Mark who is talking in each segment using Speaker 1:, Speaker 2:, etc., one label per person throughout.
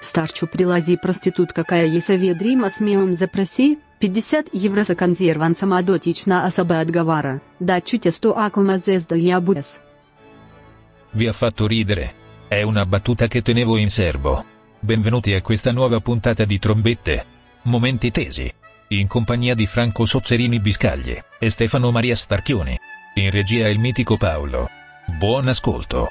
Speaker 1: Старчу прилази проститут какая есове дрима смелым а запроси, 50 евро за консерван самодотична особа отговара, да чуть сто акума зезда я буес.
Speaker 2: Vi ha fatto ridere. È una battuta che tenevo in serbo. Benvenuti a questa nuova puntata di Trombette. Momenti tesi. In compagnia di Franco Sozzerini Biscagli e Stefano Maria Starchioni. In regia il mitico Paolo. Buon ascolto.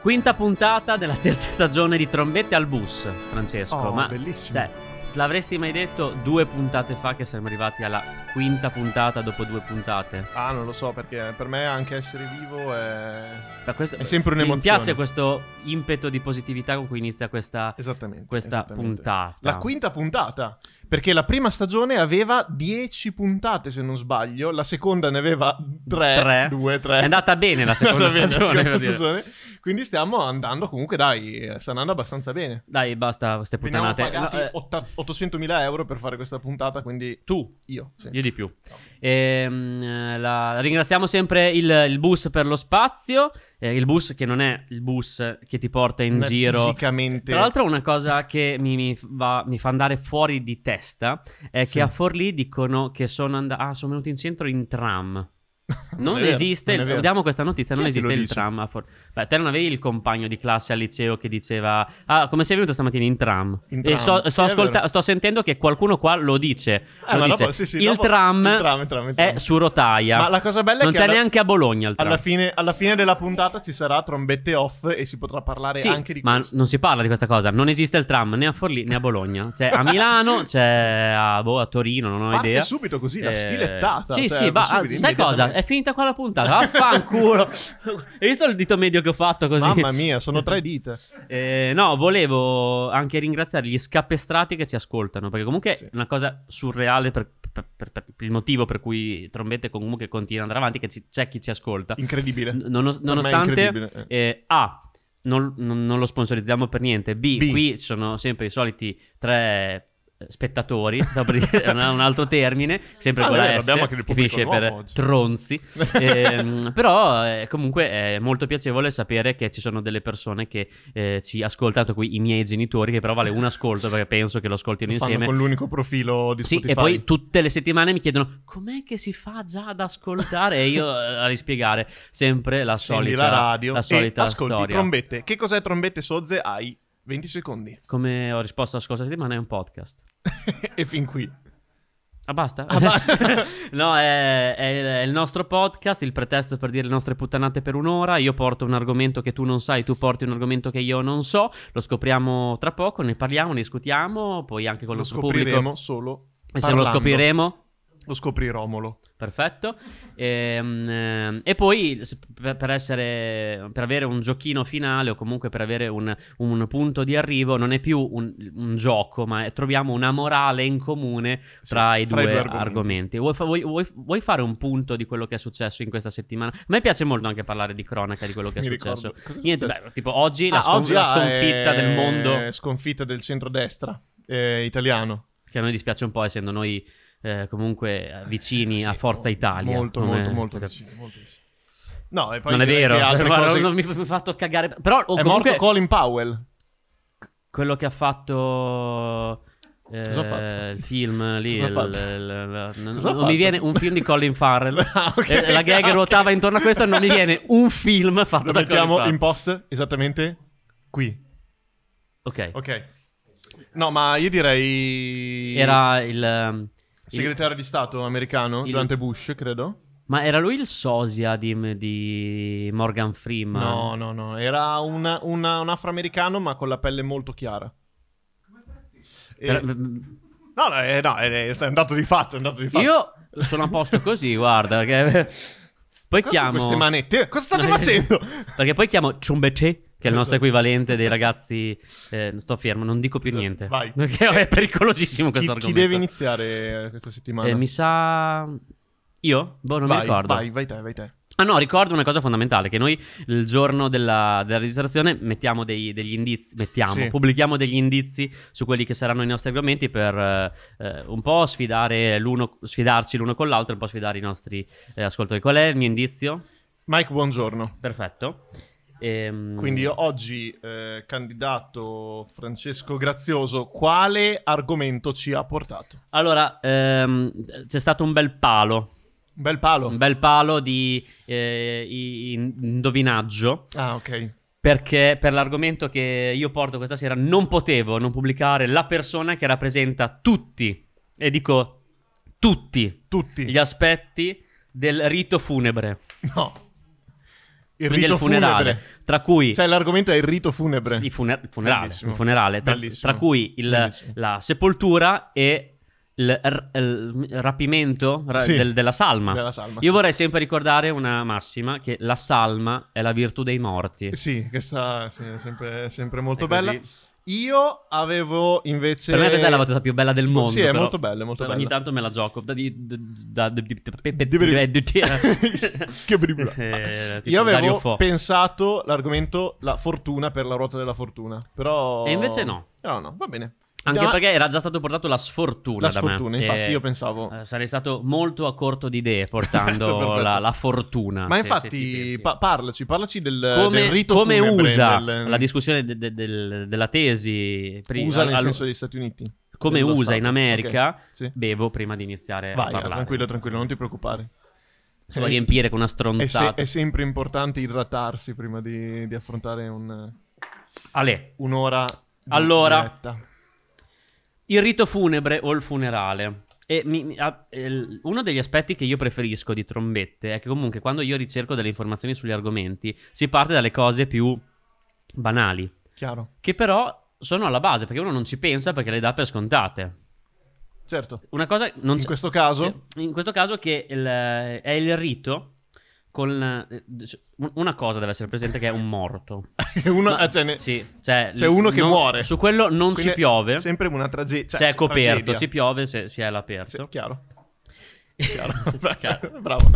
Speaker 3: Quinta puntata della terza stagione di Trombette al bus, Francesco.
Speaker 4: Oh,
Speaker 3: ma
Speaker 4: bellissimo.
Speaker 3: cioè, l'avresti mai detto due puntate fa che siamo arrivati alla quinta puntata dopo due puntate?
Speaker 4: Ah, non lo so perché per me anche essere vivo è.
Speaker 3: Da questo-
Speaker 4: È sempre
Speaker 3: Mi
Speaker 4: un'emozione.
Speaker 3: piace questo impeto di positività con cui inizia questa,
Speaker 4: Esattamente.
Speaker 3: questa
Speaker 4: esattamente.
Speaker 3: puntata.
Speaker 4: La quinta puntata. Perché la prima stagione aveva 10 puntate, se non sbaglio. La seconda ne aveva 3.
Speaker 3: Tre.
Speaker 4: 2, 3.
Speaker 3: È andata bene la seconda stagione. devo dire.
Speaker 4: Quindi stiamo andando comunque, dai, eh, sta andando abbastanza bene.
Speaker 3: Dai, basta queste
Speaker 4: Veniamo
Speaker 3: puttanate.
Speaker 4: pagati
Speaker 3: No, eh,
Speaker 4: otta- 800.000 euro per fare questa puntata, quindi
Speaker 3: tu,
Speaker 4: io. sì.
Speaker 3: Io di più. Ehm, eh, la- ringraziamo sempre il, il bus per lo spazio. eh, il bus che non è il bus che ti porta in
Speaker 4: Non è
Speaker 3: giro.
Speaker 4: Fisicamente.
Speaker 3: Tra l'altro, una cosa che mi, mi va- mi fa andare fuori di testa è
Speaker 4: Sì.
Speaker 3: che a Forlì dicono che sono, and- ah, sono venuti in centro in tram. Non
Speaker 4: è vero,
Speaker 3: esiste,
Speaker 4: non è vero.
Speaker 3: diamo questa notizia,
Speaker 4: Chi
Speaker 3: non
Speaker 4: è che
Speaker 3: esiste il
Speaker 4: lo dice?
Speaker 3: tram a Forlì. Beh, te non avevi il compagno di classe al liceo che diceva, ah, come sei venuto stamattina in tram?
Speaker 4: In
Speaker 3: E
Speaker 4: tram.
Speaker 3: sto, sto
Speaker 4: Sì, è
Speaker 3: ascolta-
Speaker 4: vero.
Speaker 3: sto sentendo che qualcuno qua lo dice.
Speaker 4: Ah,
Speaker 3: lo
Speaker 4: ma
Speaker 3: dice.
Speaker 4: dopo- sì, sì,
Speaker 3: il,
Speaker 4: dopo-
Speaker 3: tram
Speaker 4: il tram, il tram, il tram.
Speaker 3: è su rotaia.
Speaker 4: Ma la cosa bella è
Speaker 3: non
Speaker 4: che
Speaker 3: c'è
Speaker 4: alla-
Speaker 3: neanche a Bologna il tram.
Speaker 4: Alla fine, alla fine della puntata ci sarà trombette off e si potrà parlare
Speaker 3: Sì,
Speaker 4: anche di
Speaker 3: ma
Speaker 4: questo.
Speaker 3: non si parla di questa cosa. Non esiste il tram né a Forlì né a Bologna. C'è a Milano, c'è a, boh, a Torino, non ho
Speaker 4: Parte
Speaker 3: idea.
Speaker 4: subito così, la
Speaker 3: Eh,
Speaker 4: stilettata.
Speaker 3: Sì,
Speaker 4: cioè,
Speaker 3: sì, ma
Speaker 4: subito,
Speaker 3: anzi, sai cosa? È
Speaker 4: immediatamente.
Speaker 3: finita qua la puntata. Vaffanculo. Hai visto il dito medio che ho fatto così?
Speaker 4: Mamma mia, sono tre dita.
Speaker 3: Eh, no, volevo anche ringraziare gli scapestrati che ci ascoltano, perché comunque
Speaker 4: Sì.
Speaker 3: è una cosa surreale per, per- per- per il motivo per cui Trombette comunque continua ad andare avanti, che ci- c'è chi ci ascolta.
Speaker 4: Incredibile.
Speaker 3: N- nono-
Speaker 4: Eh. Per me è
Speaker 3: nonostante
Speaker 4: incredibile,
Speaker 3: eh, A. Non, non- non lo sponsorizziamo per niente. B,
Speaker 4: B.
Speaker 3: Qui ci sono sempre i soliti tre eh, spettatori. stavo per dire, è un, un altro termine. Sempre
Speaker 4: Ah,
Speaker 3: con la
Speaker 4: vero,
Speaker 3: S,
Speaker 4: abbiamo anche il
Speaker 3: che
Speaker 4: pubblico
Speaker 3: finisce per
Speaker 4: nuovo oggi.
Speaker 3: tronzi. Ehm, però eh, comunque è molto piacevole sapere che ci sono delle persone che eh, ci ascoltano. Qui i miei genitori, che però vale un ascolto perché penso che lo ascoltino
Speaker 4: Lo fanno
Speaker 3: insieme.
Speaker 4: con l'unico profilo di
Speaker 3: Sì,
Speaker 4: Spotify.
Speaker 3: e poi tutte le settimane mi chiedono com'è che si fa già ad ascoltare e io eh, a rispiegare sempre la
Speaker 4: Scendi
Speaker 3: solita,
Speaker 4: la radio
Speaker 3: la solita
Speaker 4: e ascolti
Speaker 3: storia.
Speaker 4: trombette. Che cos'è trombette sozze? Hai 20 secondi.
Speaker 3: Come ho risposto la scorsa settimana è un podcast.
Speaker 4: e fin qui.
Speaker 3: Ah, basta?
Speaker 4: Ah, basta.
Speaker 3: no, è, è- è il nostro podcast, il pretesto per dire le nostre puttanate per un'ora. Io porto un argomento che tu non sai, tu porti un argomento che io non so. Lo scopriamo tra poco, ne parliamo, ne discutiamo, poi anche con
Speaker 4: Lo
Speaker 3: il nostro pubblico.
Speaker 4: scopriremo solo
Speaker 3: E se non lo
Speaker 4: parlando.
Speaker 3: scopriremo,
Speaker 4: Lo scopriromolo.
Speaker 3: Perfetto. Ehm, ehm, E, poi se- per per essere per avere un giochino finale o comunque per avere un, un punto di arrivo, non è più un, un gioco, ma è- troviamo una morale in comune tra i
Speaker 4: fra
Speaker 3: due, argomenti. Vuoi, fa- vuoi- vuoi- vuoi fare un punto di quello che è successo in questa settimana? A me piace molto anche parlare di cronaca di quello che è
Speaker 4: Mi
Speaker 3: successo.
Speaker 4: ricordo. Cosa è
Speaker 3: Niente,
Speaker 4: successo?
Speaker 3: beh, tipo oggi la,
Speaker 4: Ah,
Speaker 3: scon-
Speaker 4: oggi
Speaker 3: la
Speaker 4: ah,
Speaker 3: sconfitta
Speaker 4: eh,
Speaker 3: del mondo,
Speaker 4: Sconfitta del centrodestra eh, italiano.
Speaker 3: che a noi dispiace un po', essendo noi eh, comunque eh, vicini a
Speaker 4: Sì,
Speaker 3: Forza Italia.
Speaker 4: Molto,
Speaker 3: come-
Speaker 4: molto, molto vicino, molto vicino. No, e poi
Speaker 3: non è
Speaker 4: direi
Speaker 3: vero,
Speaker 4: che altre
Speaker 3: guarda,
Speaker 4: cose-
Speaker 3: non mi mi ha fatto cagare. Però o
Speaker 4: è
Speaker 3: comunque,
Speaker 4: morto Colin Powell.
Speaker 3: quello che ha fatto. eh,
Speaker 4: Cosa ha fatto?
Speaker 3: Il film lì.
Speaker 4: Cosa ha
Speaker 3: il-
Speaker 4: fatto?
Speaker 3: il- il- non
Speaker 4: Cosa ha
Speaker 3: non mi
Speaker 4: fatto?
Speaker 3: viene un film di Colin Farrell.
Speaker 4: Ah, ok,
Speaker 3: Eh, La gag
Speaker 4: ok.
Speaker 3: ruotava intorno a questo e non mi viene un film fatto
Speaker 4: Lo
Speaker 3: da Colin
Speaker 4: mettiamo
Speaker 3: Farrell.
Speaker 4: in post esattamente qui.
Speaker 3: Ok.
Speaker 4: Ok. No, ma io direi
Speaker 3: Era il. ehm, il-
Speaker 4: segretario di Stato americano
Speaker 3: il-
Speaker 4: durante Bush, credo.
Speaker 3: ma era lui il sosia di, di Morgan Freeman?
Speaker 4: No, no, no, era una- una- un afroamericano ma con la pelle molto chiara. E-
Speaker 3: Per-
Speaker 4: No, no, eh, no, eh, è un dato di fatto, è un dato di fatto.
Speaker 3: io sono a posto così, guarda. Che... Poi
Speaker 4: Cosa sono
Speaker 3: chiamo.
Speaker 4: queste manette? Cosa state facendo?
Speaker 3: Perché poi chiamo Ciumbece, che è il
Speaker 4: Esatto.
Speaker 3: nostro equivalente dei ragazzi. eh, sto fermo, non dico più niente.
Speaker 4: Esatto, Vai.
Speaker 3: Perché è pericolosissimo
Speaker 4: Chi,
Speaker 3: questo
Speaker 4: chi
Speaker 3: argomento.
Speaker 4: deve iniziare eh, questa settimana?
Speaker 3: Eh, mi sa. Io? Boh, non
Speaker 4: vai,
Speaker 3: mi ricordo.
Speaker 4: Vai, vai te, vai te.
Speaker 3: Ah no, ricordo una cosa fondamentale, che noi il giorno della, della registrazione mettiamo dei- degli indizi, mettiamo,
Speaker 4: Sì.
Speaker 3: pubblichiamo degli indizi su quelli che saranno i nostri argomenti per eh, un po' sfidare l'uno, sfidarci l'uno con l'altro, un po' sfidare i nostri eh, ascoltatori. Qual è il mio indizio?
Speaker 4: Mike, buongiorno.
Speaker 3: Perfetto. Ehm,
Speaker 4: Quindi io oggi eh, candidato Francesco Grazioso, quale argomento ci ha portato?
Speaker 3: Allora, ehm, c'è stato un bel palo,
Speaker 4: Un bel palo.
Speaker 3: un bel palo di eh, i- in- indovinaggio.
Speaker 4: Ah, ok.
Speaker 3: Perché per l'argomento che io porto questa sera non potevo non pubblicare la persona che rappresenta tutti, e dico tutti,
Speaker 4: Tutti.
Speaker 3: gli aspetti del rito funebre,
Speaker 4: No. Il
Speaker 3: quindi
Speaker 4: rito
Speaker 3: del funerale,
Speaker 4: funebre.
Speaker 3: tra cui
Speaker 4: Cioè l'argomento è il rito funebre.
Speaker 3: il, funer- il funerale,
Speaker 4: Bellissimo.
Speaker 3: il funerale, tra,
Speaker 4: Bellissimo.
Speaker 3: tra cui il-
Speaker 4: Bellissimo.
Speaker 3: la sepoltura e il, r- il rapimento ra-
Speaker 4: Sì.
Speaker 3: del- della salma.
Speaker 4: Della salma.
Speaker 3: Io vorrei sempre ricordare una massima, che la salma è la virtù dei morti.
Speaker 4: Eh Sì, questa sì, è sempre, sempre molto
Speaker 3: È così.
Speaker 4: bella. Io avevo invece...
Speaker 3: Per me questa è la battuta più bella del mondo.
Speaker 4: Sì, è
Speaker 3: però.
Speaker 4: molto bella, è molto
Speaker 3: Ogni
Speaker 4: bella.
Speaker 3: tanto me la gioco. Da di- da- da- di-
Speaker 4: che bribola.
Speaker 3: Eh, tipo
Speaker 4: Io
Speaker 3: Dario
Speaker 4: avevo
Speaker 3: Fo.
Speaker 4: pensato l'argomento la fortuna per la ruota della fortuna, però...
Speaker 3: E invece no.
Speaker 4: No, no, va bene.
Speaker 3: Anche
Speaker 4: Ma-
Speaker 3: perché era già stato portato la sfortuna
Speaker 4: La
Speaker 3: da me.
Speaker 4: sfortuna,
Speaker 3: E,
Speaker 4: infatti io pensavo...
Speaker 3: eh, Sarei stato molto a corto di idee portando
Speaker 4: Perfetto, perfetto.
Speaker 3: La, la fortuna.
Speaker 4: Ma
Speaker 3: se-
Speaker 4: infatti,
Speaker 3: se ci pensi.
Speaker 4: pa- parlaci, parlaci del, del
Speaker 3: come,
Speaker 4: rito
Speaker 3: come
Speaker 4: funebre,
Speaker 3: usa
Speaker 4: del-
Speaker 3: la discussione de- de- del- della tesi pri-
Speaker 4: usa nel
Speaker 3: al-
Speaker 4: senso degli Stati Uniti.
Speaker 3: come
Speaker 4: dello
Speaker 3: usa
Speaker 4: Stato.
Speaker 3: in America
Speaker 4: Ok, sì.
Speaker 3: bevo prima di iniziare a
Speaker 4: Vai,
Speaker 3: parlare
Speaker 4: tranquillo, tranquillo, non ti preoccupare.
Speaker 3: Se vuoi riempire con una
Speaker 4: È, se-
Speaker 3: stronzata
Speaker 4: è sempre importante idratarsi prima di, di affrontare un-
Speaker 3: Ale
Speaker 4: un'ora di
Speaker 3: Allora.
Speaker 4: diretta.
Speaker 3: Il rito funebre o il funerale. E mi- mi- ah, eh, l- uno degli aspetti che io preferisco di trombette è che comunque quando io ricerco delle informazioni sugli argomenti si parte dalle cose più banali,
Speaker 4: Chiaro,
Speaker 3: che però sono alla base perché uno non ci pensa perché le dà per scontate.
Speaker 4: certo.
Speaker 3: Una cosa non
Speaker 4: In
Speaker 3: sa-
Speaker 4: questo caso,
Speaker 3: in questo caso che il- è il rito con eh, una cosa deve essere presente che è un morto.
Speaker 4: uno,
Speaker 3: Ma-
Speaker 4: ah, cioè, ne-
Speaker 3: sì, cioè,
Speaker 4: c'è uno che
Speaker 3: non-
Speaker 4: muore.
Speaker 3: Su quello non
Speaker 4: Quindi
Speaker 3: ci
Speaker 4: è
Speaker 3: piove.
Speaker 4: Sempre una trage- cioè, tragedia.
Speaker 3: se è coperto, ci piove se, se è
Speaker 4: Sì,
Speaker 3: all'aperto.
Speaker 4: chiaro.
Speaker 3: certo. Chiaro.
Speaker 4: Chiaro. Bravo.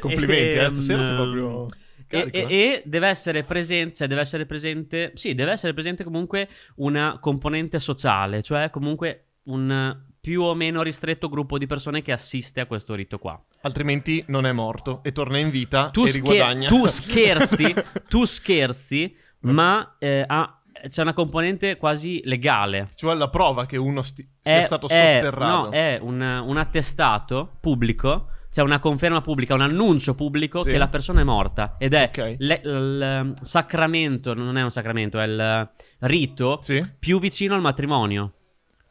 Speaker 4: Complimenti, eh,
Speaker 3: Ehm,
Speaker 4: stasera sei proprio
Speaker 3: E,
Speaker 4: carico, eh.
Speaker 3: e- e deve essere presente, cioè deve essere presente, sì, deve essere presente comunque una componente sociale, cioè comunque un più o meno ristretto gruppo di persone che assiste a questo rito qua.
Speaker 4: Altrimenti non è morto e torna in vita
Speaker 3: Tu,
Speaker 4: e
Speaker 3: scher-
Speaker 4: riguadagna.
Speaker 3: tu scherzi, tu scherzi, ma eh, ha- c'è una componente quasi legale.
Speaker 4: Ci vuole la prova che uno sti- sia stato
Speaker 3: Eh,
Speaker 4: sotterrato.
Speaker 3: No, eh, è un, un attestato pubblico, cioè una conferma pubblica, un annuncio pubblico
Speaker 4: Sì.
Speaker 3: che la persona è morta ed è
Speaker 4: Ok.
Speaker 3: le- il sacramento, non è un sacramento, è il rito
Speaker 4: Sì?
Speaker 3: più vicino al matrimonio,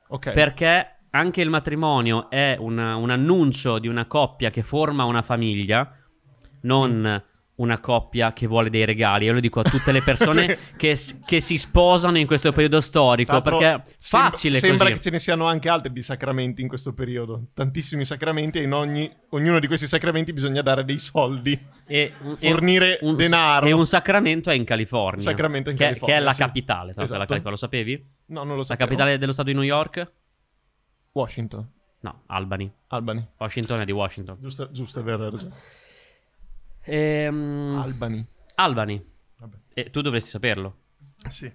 Speaker 4: Ok.
Speaker 3: perché anche il matrimonio è una- un annuncio di una coppia che forma una famiglia, non una coppia che vuole dei regali. Io lo dico a tutte le persone
Speaker 4: Sì.
Speaker 3: che, s- che si sposano in questo periodo storico,
Speaker 4: Tra l'altro,
Speaker 3: perché è
Speaker 4: sem-
Speaker 3: facile
Speaker 4: Sembra
Speaker 3: così.
Speaker 4: che ce ne siano anche altri di sacramenti in questo periodo. Tantissimi sacramenti e in ogni, ognuno di questi sacramenti bisogna dare dei soldi.
Speaker 3: e un-
Speaker 4: Fornire
Speaker 3: e un-
Speaker 4: denaro.
Speaker 3: E un sacramento è in California.
Speaker 4: Sacramento in
Speaker 3: che,
Speaker 4: California,
Speaker 3: Che è la
Speaker 4: sì.
Speaker 3: capitale. tra l'altro, è la
Speaker 4: Esatto.
Speaker 3: California, lo sapevi?
Speaker 4: No, non lo
Speaker 3: La
Speaker 4: sapevo.
Speaker 3: capitale dello stato di New York?
Speaker 4: Washington,
Speaker 3: No, Albany.
Speaker 4: Albany.
Speaker 3: Washington è di Washington.
Speaker 4: Giusto, giusto per ragione.
Speaker 3: Ehm,
Speaker 4: Albany.
Speaker 3: Albany.
Speaker 4: Vabbè.
Speaker 3: E tu dovresti saperlo.
Speaker 4: Sì.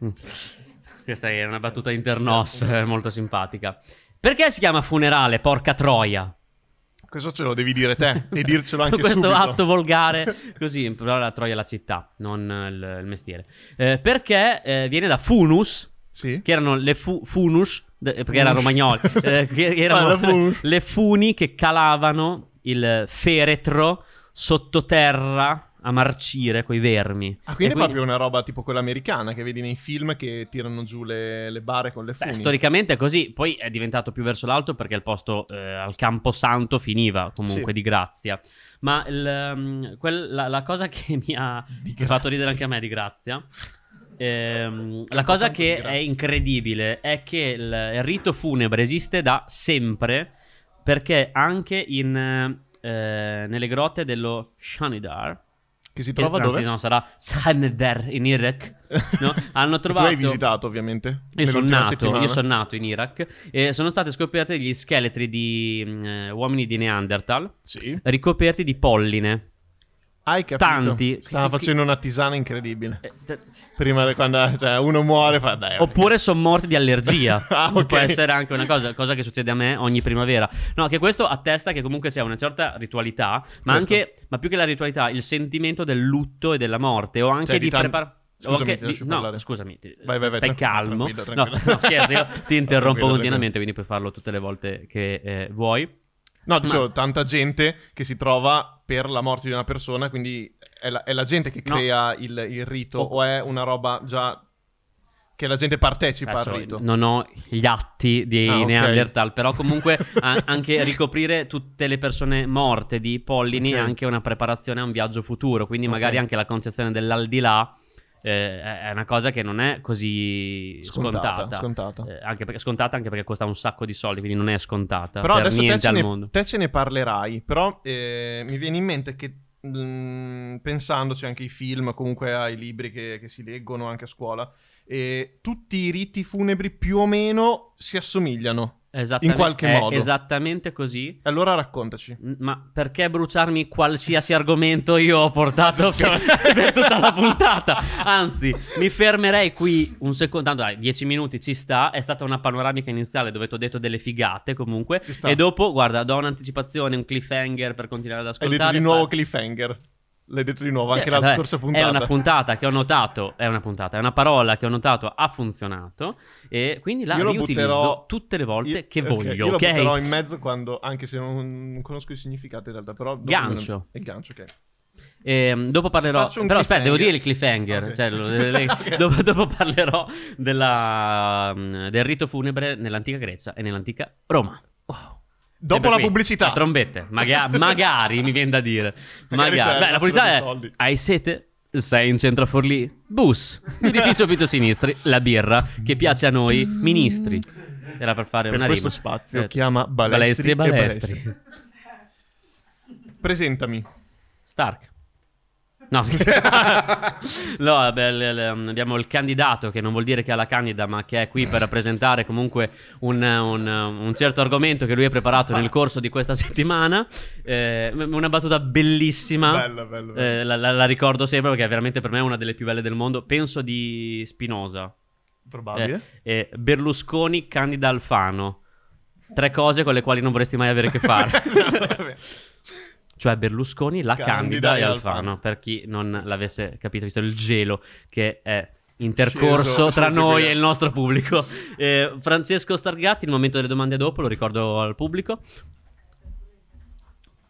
Speaker 3: Questa è una battuta internos eh, molto simpatica. Perché si chiama funerale, porca troia?
Speaker 4: Questo ce lo devi dire te e dircelo anche
Speaker 3: Questo
Speaker 4: subito.
Speaker 3: atto volgare, così, però la troia è la città, non eh, il, il mestiere. Eh, perché eh, viene da funus,
Speaker 4: Sì.
Speaker 3: che erano le fu- funus, de- perché era
Speaker 4: Funus.
Speaker 3: romagnoli, eh, che erano
Speaker 4: Ah, la funus.
Speaker 3: le funi che calavano il feretro sottoterra a marcire coi vermi.
Speaker 4: Ah, quindi
Speaker 3: E
Speaker 4: è proprio una roba tipo quella americana che vedi nei film che tirano giù le, le bare con le
Speaker 3: beh,
Speaker 4: funi.
Speaker 3: storicamente è così, poi è diventato più verso l'alto perché il posto eh, al Camposanto finiva comunque
Speaker 4: Sì.
Speaker 3: di grazia. Ma il, um, quel- la, la cosa che mi ha fatto ridere anche a me di grazia, ehm, la cosa
Speaker 4: Camposanto di
Speaker 3: che è
Speaker 4: grazia.
Speaker 3: incredibile è che il, il rito funebre esiste da sempre perché anche in, eh, nelle grotte dello Shanidar
Speaker 4: Che si trova
Speaker 3: Anzi,
Speaker 4: dove?
Speaker 3: no, sarà Saneder in Iraq. no? Hanno trovato-
Speaker 4: Tu hai visitato, ovviamente.
Speaker 3: Io sono,
Speaker 4: nell'ultima
Speaker 3: nato,
Speaker 4: settimana.
Speaker 3: io sono nato in Iraq e sono state scoperte gli scheletri di mm, eh, uomini di Neanderthal
Speaker 4: Sì.
Speaker 3: ricoperti di polline.
Speaker 4: Hai capito?
Speaker 3: Tanti.
Speaker 4: Stava
Speaker 3: Che- che-
Speaker 4: facendo una tisana incredibile.
Speaker 3: Eh, te-
Speaker 4: Prima di quando cioè, uno muore, fa dai.
Speaker 3: Oppure sono morti di allergia.
Speaker 4: Ah, ok.
Speaker 3: Può essere anche una cosa, cosa che succede a me ogni primavera. No, che questo attesta che comunque c'è una certa ritualità, ma
Speaker 4: Certo.
Speaker 3: anche, ma più che la ritualità, il sentimento del lutto e della morte, o anche
Speaker 4: Cioè,
Speaker 3: di,
Speaker 4: di tan-
Speaker 3: preparare.
Speaker 4: Scusami, ti lascio
Speaker 3: no,
Speaker 4: parlare.
Speaker 3: scusami, ti-
Speaker 4: Vai, vai, vai,
Speaker 3: stai
Speaker 4: tranquillo,
Speaker 3: calmo.
Speaker 4: tranquillo, tranquillo.
Speaker 3: No, no, scherzo, io ti interrompo
Speaker 4: Tranquillo,
Speaker 3: continuamente, quindi puoi farlo tutte le volte che eh, vuoi.
Speaker 4: No, dicevo, tanta gente che si trova per la morte di una persona, quindi è la, è la gente che
Speaker 3: No.
Speaker 4: crea il, il rito
Speaker 3: Oh.
Speaker 4: o è una roba già che la gente partecipa
Speaker 3: Adesso
Speaker 4: al rito.
Speaker 3: non ho gli atti di
Speaker 4: Ah, ok.
Speaker 3: Neanderthal, però comunque a- anche ricoprire tutte le persone morte di pollini
Speaker 4: Ok.
Speaker 3: è anche una preparazione a un viaggio futuro, quindi
Speaker 4: Ok.
Speaker 3: magari anche la concezione dell'aldilà eh, è una cosa che non è così scontata.
Speaker 4: Scontata, scontata.
Speaker 3: Eh, anche perché, scontata anche perché costa un sacco di soldi, quindi non è scontata
Speaker 4: Però
Speaker 3: per
Speaker 4: adesso te
Speaker 3: niente
Speaker 4: ce,
Speaker 3: al
Speaker 4: ne,
Speaker 3: mondo.
Speaker 4: te ce ne parlerai, però eh, mi viene in mente che mm, pensandoci anche ai film, comunque ai libri che, che si leggono anche a scuola, eh, tutti i riti funebri più o meno si assomigliano.
Speaker 3: Esattamente-
Speaker 4: qualche
Speaker 3: è
Speaker 4: modo.
Speaker 3: Esattamente così.
Speaker 4: E Allora raccontaci.
Speaker 3: Ma perché bruciarmi qualsiasi argomento io ho portato per, per tutta la puntata? Anzi, mi fermerei qui un secondo. Tanto, dai, 10 minuti ci sta. È stata una panoramica iniziale dove ti ho detto delle figate comunque.
Speaker 4: Ci sta.
Speaker 3: E dopo, guarda, do un'anticipazione, un cliffhanger per continuare ad
Speaker 4: Hai
Speaker 3: ascoltare.
Speaker 4: detto di nuovo
Speaker 3: Fa-
Speaker 4: cliffhanger. L'hai detto di nuovo
Speaker 3: Sì,
Speaker 4: anche la
Speaker 3: vabbè,
Speaker 4: scorsa puntata.
Speaker 3: È una puntata che ho notato, è una puntata, è una parola che ho notato ha funzionato e quindi la
Speaker 4: Io lo
Speaker 3: riutilizzo
Speaker 4: butterò-
Speaker 3: tutte le volte
Speaker 4: Io-
Speaker 3: che
Speaker 4: ok,
Speaker 3: voglio,
Speaker 4: Io lo
Speaker 3: ok?
Speaker 4: butterò in mezzo quando, anche se non non conosco il significato in realtà, però... dopo-
Speaker 3: Gancio.
Speaker 4: Il gancio, ok.
Speaker 3: Ehm, dopo parlerò.
Speaker 4: Faccio un
Speaker 3: Però aspetta, devo dire
Speaker 4: cliffhanger.
Speaker 3: il cliffhanger.
Speaker 4: Ok.
Speaker 3: cioè, lo- le- le-
Speaker 4: Ok.
Speaker 3: dopo, dopo parlerò della, mm, del rito funebre nell'antica Grecia e nell'antica Roma. Oh.
Speaker 4: Dopo
Speaker 3: Sempre
Speaker 4: la
Speaker 3: qui,
Speaker 4: pubblicità.
Speaker 3: a Trombette, maga- magari mi viene da dire. Magari.
Speaker 4: Magari c'è
Speaker 3: Beh, la
Speaker 4: il massimo
Speaker 3: pubblicità
Speaker 4: dei
Speaker 3: è.
Speaker 4: soldi.
Speaker 3: Hai sete? Sei in centro a Forlì? Bus. Edificio ufficio sinistri. La birra che piace a noi, ministri. Era per fare
Speaker 4: Per
Speaker 3: una
Speaker 4: questo
Speaker 3: rima.
Speaker 4: spazio
Speaker 3: Eh,
Speaker 4: chiama Balestri
Speaker 3: e
Speaker 4: e
Speaker 3: balestri.
Speaker 4: Balestri. Presentami.
Speaker 3: Stark. No, scherzo. no vabbè, l- l- abbiamo il candidato che non vuol dire che ha la candida, ma che è qui per presentare comunque un, un- un certo argomento che lui ha preparato nel corso di questa settimana. Eh, m- una battuta bellissima.
Speaker 4: Bella, bella, bella.
Speaker 3: Ah? Eh, la, la- la ricordo sempre perché è veramente per me una delle più belle del mondo. Penso di Spinosa.
Speaker 4: Probabile.
Speaker 3: Eh, eh, Berlusconi, candida Alfano. Tre cose con le quali non vorresti mai avere a che fare.
Speaker 4: Vabbè.
Speaker 3: Cioè Berlusconi, la
Speaker 4: Candida
Speaker 3: candida e
Speaker 4: e
Speaker 3: Alfano,
Speaker 4: Alfano.
Speaker 3: per chi non l'avesse capito, visto il gelo che è intercorso
Speaker 4: Sceso,
Speaker 3: tra
Speaker 4: sceso
Speaker 3: noi
Speaker 4: qui.
Speaker 3: e il nostro pubblico. Eh, Francesco Stargatti, il momento delle domande è dopo, lo ricordo al pubblico.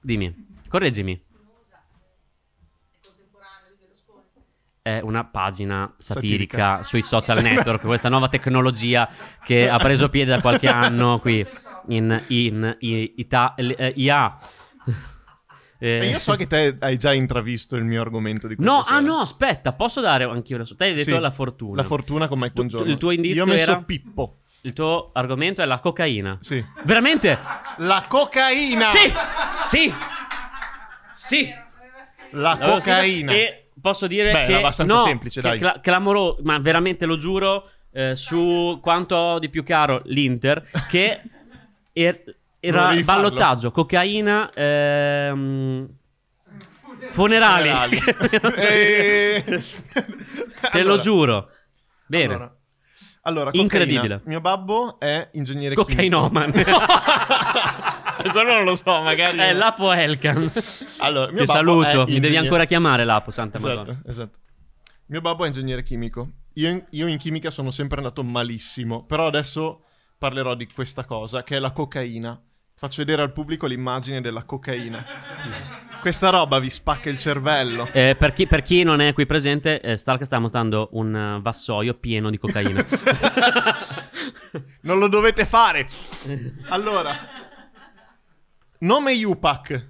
Speaker 3: Dimmi, correggimi. È una pagina satirica,
Speaker 4: Satirica.
Speaker 3: sui social network, questa nuova tecnologia che ha preso piede da qualche anno qui in, in, in Ita- eh, IA.
Speaker 4: E
Speaker 3: Eh,
Speaker 4: io so che te hai già intravisto il mio argomento di questa
Speaker 3: No,
Speaker 4: sera.
Speaker 3: ah no, aspetta, posso dare anch'io una... so- Te hai detto
Speaker 4: Sì,
Speaker 3: la fortuna.
Speaker 4: La fortuna con
Speaker 3: Tu-
Speaker 4: Mike
Speaker 3: tu-
Speaker 4: Buongiorno.
Speaker 3: il tuo indizio
Speaker 4: Io ho messo
Speaker 3: era-
Speaker 4: Pippo.
Speaker 3: Il tuo argomento è la cocaina.
Speaker 4: Sì.
Speaker 3: Veramente?
Speaker 4: La cocaina.
Speaker 3: Sì! Sì! Sì!
Speaker 4: La
Speaker 3: Allora,
Speaker 4: cocaina.
Speaker 3: scusa, E posso dire
Speaker 4: Beh,
Speaker 3: che...
Speaker 4: era abbastanza
Speaker 3: no,
Speaker 4: semplice,
Speaker 3: che
Speaker 4: dai.
Speaker 3: cla- clamoro- ma veramente lo giuro, eh, su quanto ho di più caro l'Inter, che er-
Speaker 4: Non
Speaker 3: era
Speaker 4: devi farlo.
Speaker 3: ballottaggio, cocaina... ehm, Funerali,
Speaker 4: Eh,
Speaker 3: te lo
Speaker 4: allora,
Speaker 3: giuro. Bene.
Speaker 4: Allora, Allora, cocaina.
Speaker 3: Incredibile.
Speaker 4: Mio babbo è ingegnere
Speaker 3: Cocainoman.
Speaker 4: chimico. Quello non lo so, magari.
Speaker 3: È Lapo Elkan.
Speaker 4: Allora, mio
Speaker 3: Ti
Speaker 4: babbo
Speaker 3: saluto.
Speaker 4: è
Speaker 3: Mi devi
Speaker 4: ingegnere-
Speaker 3: ancora chiamare Lapo, santa
Speaker 4: Esatto,
Speaker 3: madonna.
Speaker 4: esatto. Mio babbo è ingegnere chimico. Io in, io in chimica sono sempre andato malissimo, però adesso parlerò di questa cosa che è la cocaina. Faccio vedere al pubblico l'immagine della cocaina. Questa roba vi spacca il cervello.
Speaker 3: Eh, per, chi, per chi non è qui presente, eh, Stark sta mostrando un eh, vassoio pieno di cocaina.
Speaker 4: Non lo dovete fare. Allora, nome UPAC.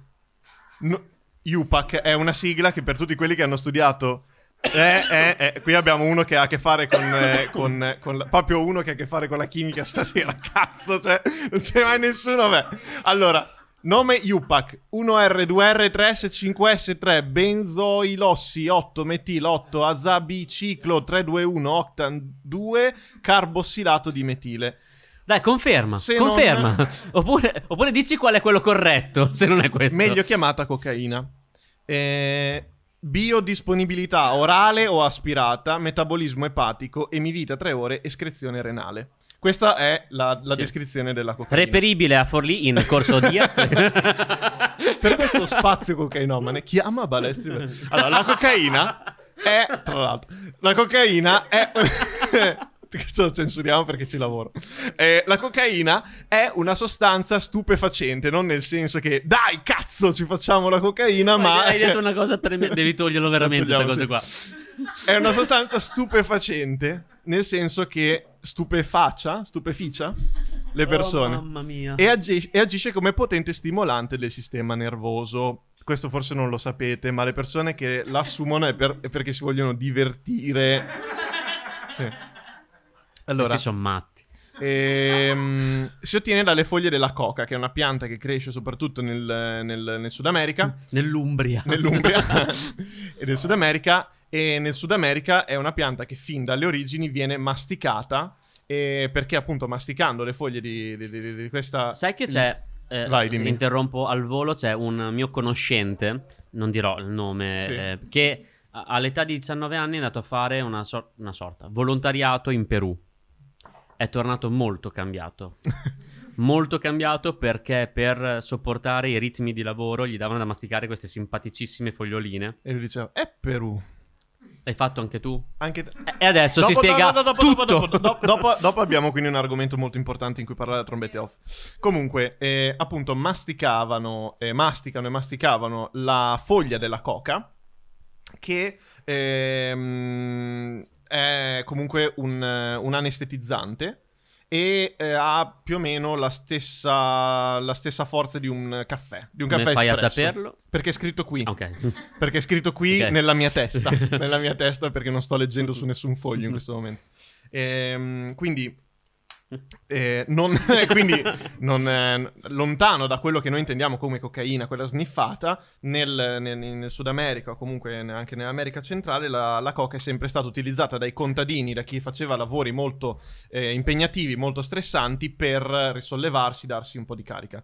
Speaker 4: No- UPAC è una sigla che per tutti quelli che hanno studiato. Eh, eh, eh, qui abbiamo uno che ha a che fare con, eh, con, eh, con la- proprio uno che ha a che fare con la chimica stasera. Cazzo, cioè, non c'è mai nessuno. Beh. Allora, Nome UPAC 1R2R3S5S3 benzoilossi 8 metil 8 azabiciclo 321 octan 2 carbossilato di metile.
Speaker 3: Dai, conferma.
Speaker 4: Se
Speaker 3: conferma.
Speaker 4: non-
Speaker 3: oppure, oppure dici qual è quello corretto, se non è questo.
Speaker 4: Meglio chiamata cocaina. Eh, biodisponibilità orale o aspirata, metabolismo epatico, emivita 3 ore, escrezione renale. Questa è la, la
Speaker 3: Sì.
Speaker 4: descrizione della cocaina.
Speaker 3: Reperibile a Forlì in corso Diaz.
Speaker 4: per questo spazio cocainomane chiama Balestri. Allora, la cocaina è tra l'altro la cocaina è questo censuriamo perché ci lavoro. Eh, la cocaina è una sostanza stupefacente, non nel senso che dai cazzo ci facciamo la cocaina, ma
Speaker 3: Hai detto una cosa tremenda. Devi toglierlo veramente,
Speaker 4: Togliamo,
Speaker 3: questa
Speaker 4: sì.
Speaker 3: cosa
Speaker 4: È una sostanza stupefacente, nel senso che stupefaccia, stupeficia le
Speaker 3: qua.
Speaker 4: persone
Speaker 3: Oh, mamma mia.
Speaker 4: e, agi- e agisce come potente stimolante del sistema nervoso. Questo forse non lo sapete, ma le persone che l'assumono è, per- è perché si vogliono divertire. Sì. Allora,
Speaker 3: Questi sono matti.
Speaker 4: ehm, si ottiene dalle foglie della coca, che è una pianta che cresce soprattutto nel, nel- nel Sud America,
Speaker 3: Nell'Umbria.
Speaker 4: nell'Umbria e nel Sud America. E nel Sud America è una pianta che fin dalle origini viene masticata, eh, perché appunto masticando le foglie di, di- di- di questa...
Speaker 3: Sai che c'è. eh,
Speaker 4: Vai, dimmi.
Speaker 3: Interrompo al volo. C'è un mio conoscente, non dirò il nome,
Speaker 4: Sì.
Speaker 3: eh, che a- all'età di 19 anni è andato a fare una, sor- una sorta volontariato in Perù. È tornato molto cambiato. molto cambiato perché per sopportare i ritmi di lavoro gli davano da masticare queste simpaticissime foglioline.
Speaker 4: E lui diceva, è Perù.
Speaker 3: L'hai fatto anche tu?
Speaker 4: Anche te-
Speaker 3: E- E Eh, adesso si spiega
Speaker 4: dopo,
Speaker 3: tutto.
Speaker 4: dopo, Dopo, dopo- dopo- dopo abbiamo quindi un argomento molto importante in cui parlare della trombetta off. Comunque, eh, appunto, masticavano, eh, masticano e masticavano la foglia della coca, che ehm, è comunque un, eh, un anestetizzante e eh, ha più o meno la stessa, la stessa forza di un caffè. Di un
Speaker 3: Come
Speaker 4: caffè
Speaker 3: fai a
Speaker 4: espresso.
Speaker 3: saperlo?
Speaker 4: Perché è scritto qui.
Speaker 3: Ah, Ok.
Speaker 4: Perché è scritto qui
Speaker 3: Ok.
Speaker 4: nella mia testa. nella mia testa perché non sto leggendo su nessun foglio in questo momento. Ehm, quindi. eh, non, quindi non, eh, lontano da quello che noi intendiamo come cocaina, quella sniffata, nel, nel- nel Sud America o comunque ne- anche nell'America centrale la, la coca è sempre stata utilizzata dai contadini, da chi faceva lavori molto eh, impegnativi, molto stressanti per risollevarsi, darsi un po' di carica.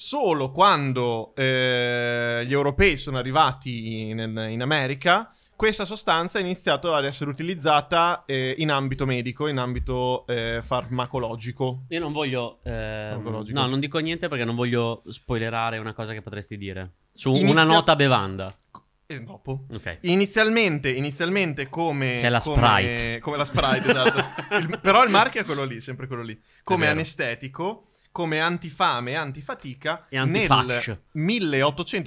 Speaker 4: Solo quando eh, gli europei sono arrivati in, in America, questa sostanza è iniziata ad essere utilizzata eh, in ambito medico, in ambito eh, farmacologico.
Speaker 3: Io non voglio. ehm,
Speaker 4: Oncologico.
Speaker 3: no, non dico niente perché non voglio spoilerare una cosa che potresti dire. Su
Speaker 4: Inizia-
Speaker 3: una nota bevanda.
Speaker 4: E dopo?
Speaker 3: Ok.
Speaker 4: Inizialmente, inizialmente come...
Speaker 3: Che è la
Speaker 4: come-
Speaker 3: Sprite.
Speaker 4: Come la Sprite, esatto. Il- però il marchio è quello lì, sempre quello lì. Come
Speaker 3: vero.
Speaker 4: anestetico, come antifame e antifatica.
Speaker 3: E antifash.
Speaker 4: Nel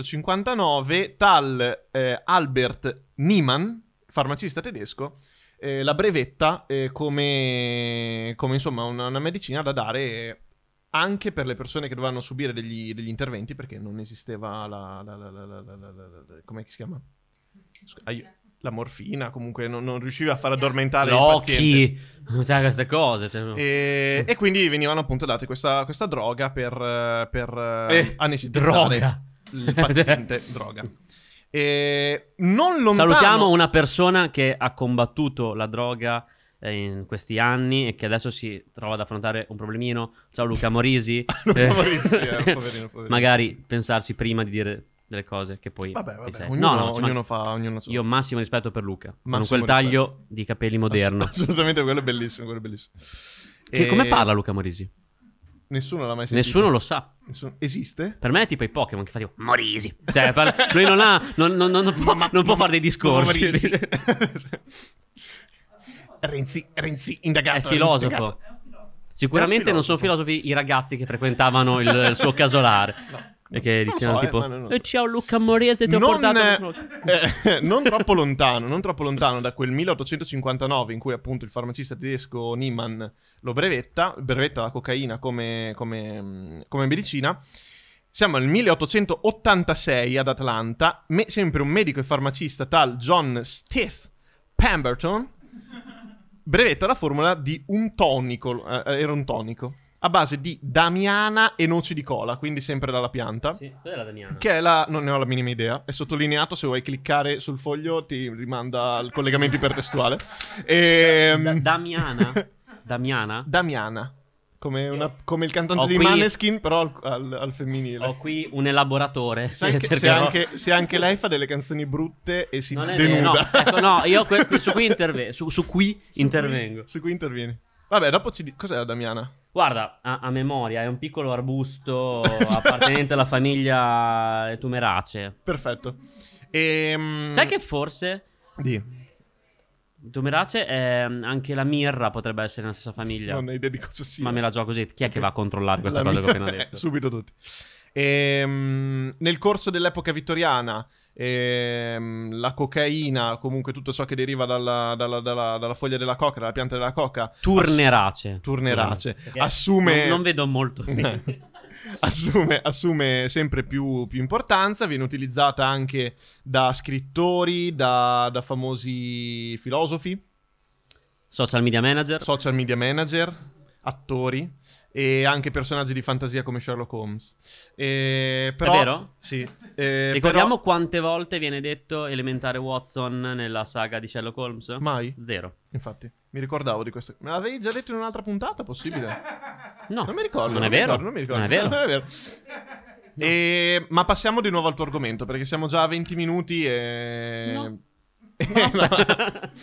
Speaker 4: 1859 tal eh, Albert Niemann, farmacista tedesco, eh, la brevetta eh, come, come, insomma una, una medicina da dare... eh, anche per le persone che dovevano subire degli, degli interventi perché non esisteva la, la, la, la, la, la, la- la- la- come si chiama? Scu- ai- la morfina, comunque non, non riusciva a far addormentare il paziente.
Speaker 3: L'occhi. Sai queste cose. cioè-
Speaker 4: E, e quindi venivano appunto date questa, questa droga per, eh, per eh,
Speaker 3: Eh,
Speaker 4: anestetizzare
Speaker 3: droga.
Speaker 4: il paziente. droga. E non lontano...
Speaker 3: Salutiamo una persona che ha combattuto la droga eh, in questi anni e che adesso si trova ad affrontare un problemino. Ciao Luca Morisi.
Speaker 4: Luca Morisi, eh, poverino, poverino.
Speaker 3: Magari pensarci prima di dire delle cose che poi...
Speaker 4: Vabbè, vabbè,
Speaker 3: ti sei-
Speaker 4: ognuno,
Speaker 3: No, no, insomma,
Speaker 4: ognuno fa... Ognuno fa-
Speaker 3: Io massimo rispetto per Luca. con
Speaker 4: Massimo
Speaker 3: quel taglio di capelli moderno.
Speaker 4: Ass- Eh, assolutamente, quello è bellissimo, quello è bellissimo.
Speaker 3: Che
Speaker 4: E-
Speaker 3: come parla Luca Morisi?
Speaker 4: Nessuno l'ha mai sentito.
Speaker 3: Nessuno lo sa.
Speaker 4: Nessuno- Esiste?
Speaker 3: Per me è tipo i Pokémon che fa tipo Morisi. Cioè, parla- lui non ha. Non, non- non- non può, non può fare dei discorsi.
Speaker 4: Renzi, Renzi indagato.
Speaker 3: è
Speaker 4: Renzi
Speaker 3: filosofo.
Speaker 4: indagato.
Speaker 3: Sicuramente
Speaker 4: È un
Speaker 3: non sono filosofi i ragazzi che frequentavano il, il suo casolare.
Speaker 4: No.
Speaker 3: E che
Speaker 4: Non
Speaker 3: dicevano
Speaker 4: so, eh,
Speaker 3: tipo:
Speaker 4: ma non lo so.
Speaker 3: "Eh, Ciao Luca Morese, ti ho portato.
Speaker 4: eh, non troppo lontano, non troppo lontano da quel 1859 in cui appunto il farmacista tedesco Niemann lo brevetta, brevetta la cocaina come, come- come medicina. Siamo al 1886 ad Atlanta, me- sempre un medico e farmacista tal John Stith Pemberton brevetta la formula di un tonico, eh, era un tonico. a base di damiana e noci di cola, quindi sempre dalla pianta.
Speaker 3: Sì, cos'è la Damiana?
Speaker 4: Che è la. non ne ho la minima idea. È sottolineato. Se vuoi cliccare sul foglio, ti rimanda al collegamento ipertestuale. E,
Speaker 3: Da- Damiana? Damiana?
Speaker 4: Damiana. Come, una- come il cantante
Speaker 3: Ho
Speaker 4: di
Speaker 3: qui-
Speaker 4: Maneskin, però al, al- al femminile.
Speaker 3: Ho qui un elaboratore.
Speaker 4: Se anche,
Speaker 3: cercherò.
Speaker 4: se anche- se anche lei fa delle canzoni brutte e si
Speaker 3: Non è vero,
Speaker 4: denuda.
Speaker 3: no, ecco, no, io que- que- su qui interve- su- su qui intervengo.
Speaker 4: Su cui intervieni. Vabbè, dopo ci di- Cos'è la Damiana?
Speaker 3: Guarda, a, a memoria, è un piccolo arbusto appartenente alla famiglia Tumeracee.
Speaker 4: Perfetto. Ehm,
Speaker 3: Sai che forse
Speaker 4: Di.
Speaker 3: Tumeracee è mm, anche la mirra potrebbe essere nella stessa famiglia.
Speaker 4: Non ho idea di cosa sia.
Speaker 3: Ma me la gioco così. Chi è che va a controllare questa
Speaker 4: La
Speaker 3: cosa che ho
Speaker 4: mia-
Speaker 3: appena detto?
Speaker 4: Subito tutti. Ehm, nel corso dell'epoca vittoriana, ehm, la cocaina, comunque tutto ciò che deriva dalla, dalla- dalla- dalla foglia della coca, dalla pianta della coca,
Speaker 3: Turneracee.
Speaker 4: Turneracee.
Speaker 3: Perché
Speaker 4: Assume- Eh.
Speaker 3: Non, non vedo molto bene.
Speaker 4: assume, assume sempre più, più importanza, viene utilizzata anche da scrittori, da, da famosi filosofi,
Speaker 3: Social media manager.
Speaker 4: social media manager, attori e anche personaggi di fantasia come Sherlock Holmes. E però-
Speaker 3: È vero?
Speaker 4: Sì. eh,
Speaker 3: Ricordiamo quante volte viene detto elementare Watson nella saga di Sherlock Holmes?
Speaker 4: però- mai,
Speaker 3: Zero.
Speaker 4: infatti, mi ricordavo di questo. Me l'avevi già detto in un'altra puntata, possibile?
Speaker 3: No.
Speaker 4: non mi ricordo.
Speaker 3: Non è
Speaker 4: mi
Speaker 3: vero.
Speaker 4: ricordo, non mi ricordo.
Speaker 3: Non è vero.
Speaker 4: Non è vero. E- ma passiamo di nuovo al tuo argomento perché siamo già a 20 minuti e...
Speaker 3: No.
Speaker 4: e- no.
Speaker 3: Basta.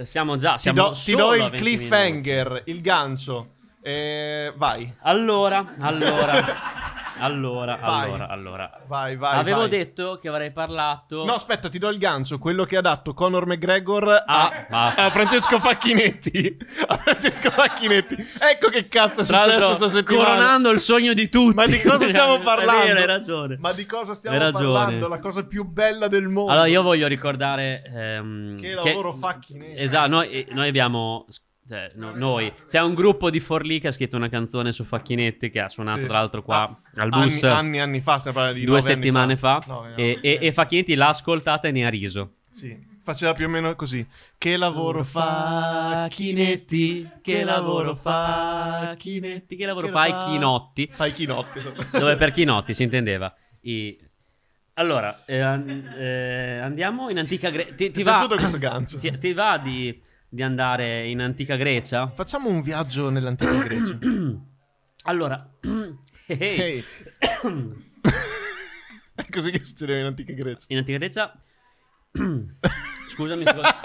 Speaker 3: siamo già.
Speaker 4: Ti
Speaker 3: Siamo
Speaker 4: do, ti do
Speaker 3: solo a
Speaker 4: il
Speaker 3: 20 minuti.
Speaker 4: cliffhanger, il gancio. E vai,
Speaker 3: Allora, allora, allora,
Speaker 4: Vai.
Speaker 3: allora, allora.
Speaker 4: vai, vai.
Speaker 3: Avevo
Speaker 4: vai.
Speaker 3: detto che avrei parlato.
Speaker 4: No, aspetta, ti do il gancio, quello che ha dato Conor McGregor a,
Speaker 3: Ah, ma-
Speaker 4: a Francesco Facchinetti. A Francesco Facchinetti. Ecco che cazzo è
Speaker 3: Tra
Speaker 4: successo
Speaker 3: l'altro,
Speaker 4: sta settimana.
Speaker 3: coronando il sogno di tutti.
Speaker 4: Ma di cosa stiamo
Speaker 3: È
Speaker 4: parlando?
Speaker 3: vero, hai ragione.
Speaker 4: Ma di cosa stiamo
Speaker 3: Hai ragione.
Speaker 4: parlando? La cosa più bella del mondo.
Speaker 3: Allora, io voglio ricordare. ehm,
Speaker 4: Che lavoro facchinetti.
Speaker 3: Esatto, noi, noi abbiamo. cioè, no- noi c'è un gruppo di Forlì che ha scritto una canzone su Facchinetti che ha suonato
Speaker 4: Sì.
Speaker 3: tra l'altro qua
Speaker 4: Ah,
Speaker 3: al bus
Speaker 4: Anni, anni, anni fa, stiamo parlando di
Speaker 3: due
Speaker 4: nove anni
Speaker 3: settimane fa,
Speaker 4: Nove, nove,
Speaker 3: e,
Speaker 4: sì.
Speaker 3: e- e Facchinetti l'ha ascoltata e ne ha riso.
Speaker 4: Sì. Faceva più o meno così. Che lavoro fa Chinetti? Che lavoro fa Chinetti?
Speaker 3: Che lavoro fa i chinotti?
Speaker 4: Fai chinotti. esatto.
Speaker 3: Dove per chinotti si intendeva. I- Allora, eh, an- eh, andiamo in antica Grecia. Ti, ti
Speaker 4: Mi è
Speaker 3: va,
Speaker 4: piaciuto questo gancio.
Speaker 3: ti- ti va di, di andare in antica Grecia?
Speaker 4: Facciamo un viaggio nell'antica Grecia.
Speaker 3: Allora, hey.
Speaker 4: Ehi. È così che succedeva in antica Grecia.
Speaker 3: in antica Grecia. Scusami, scusa.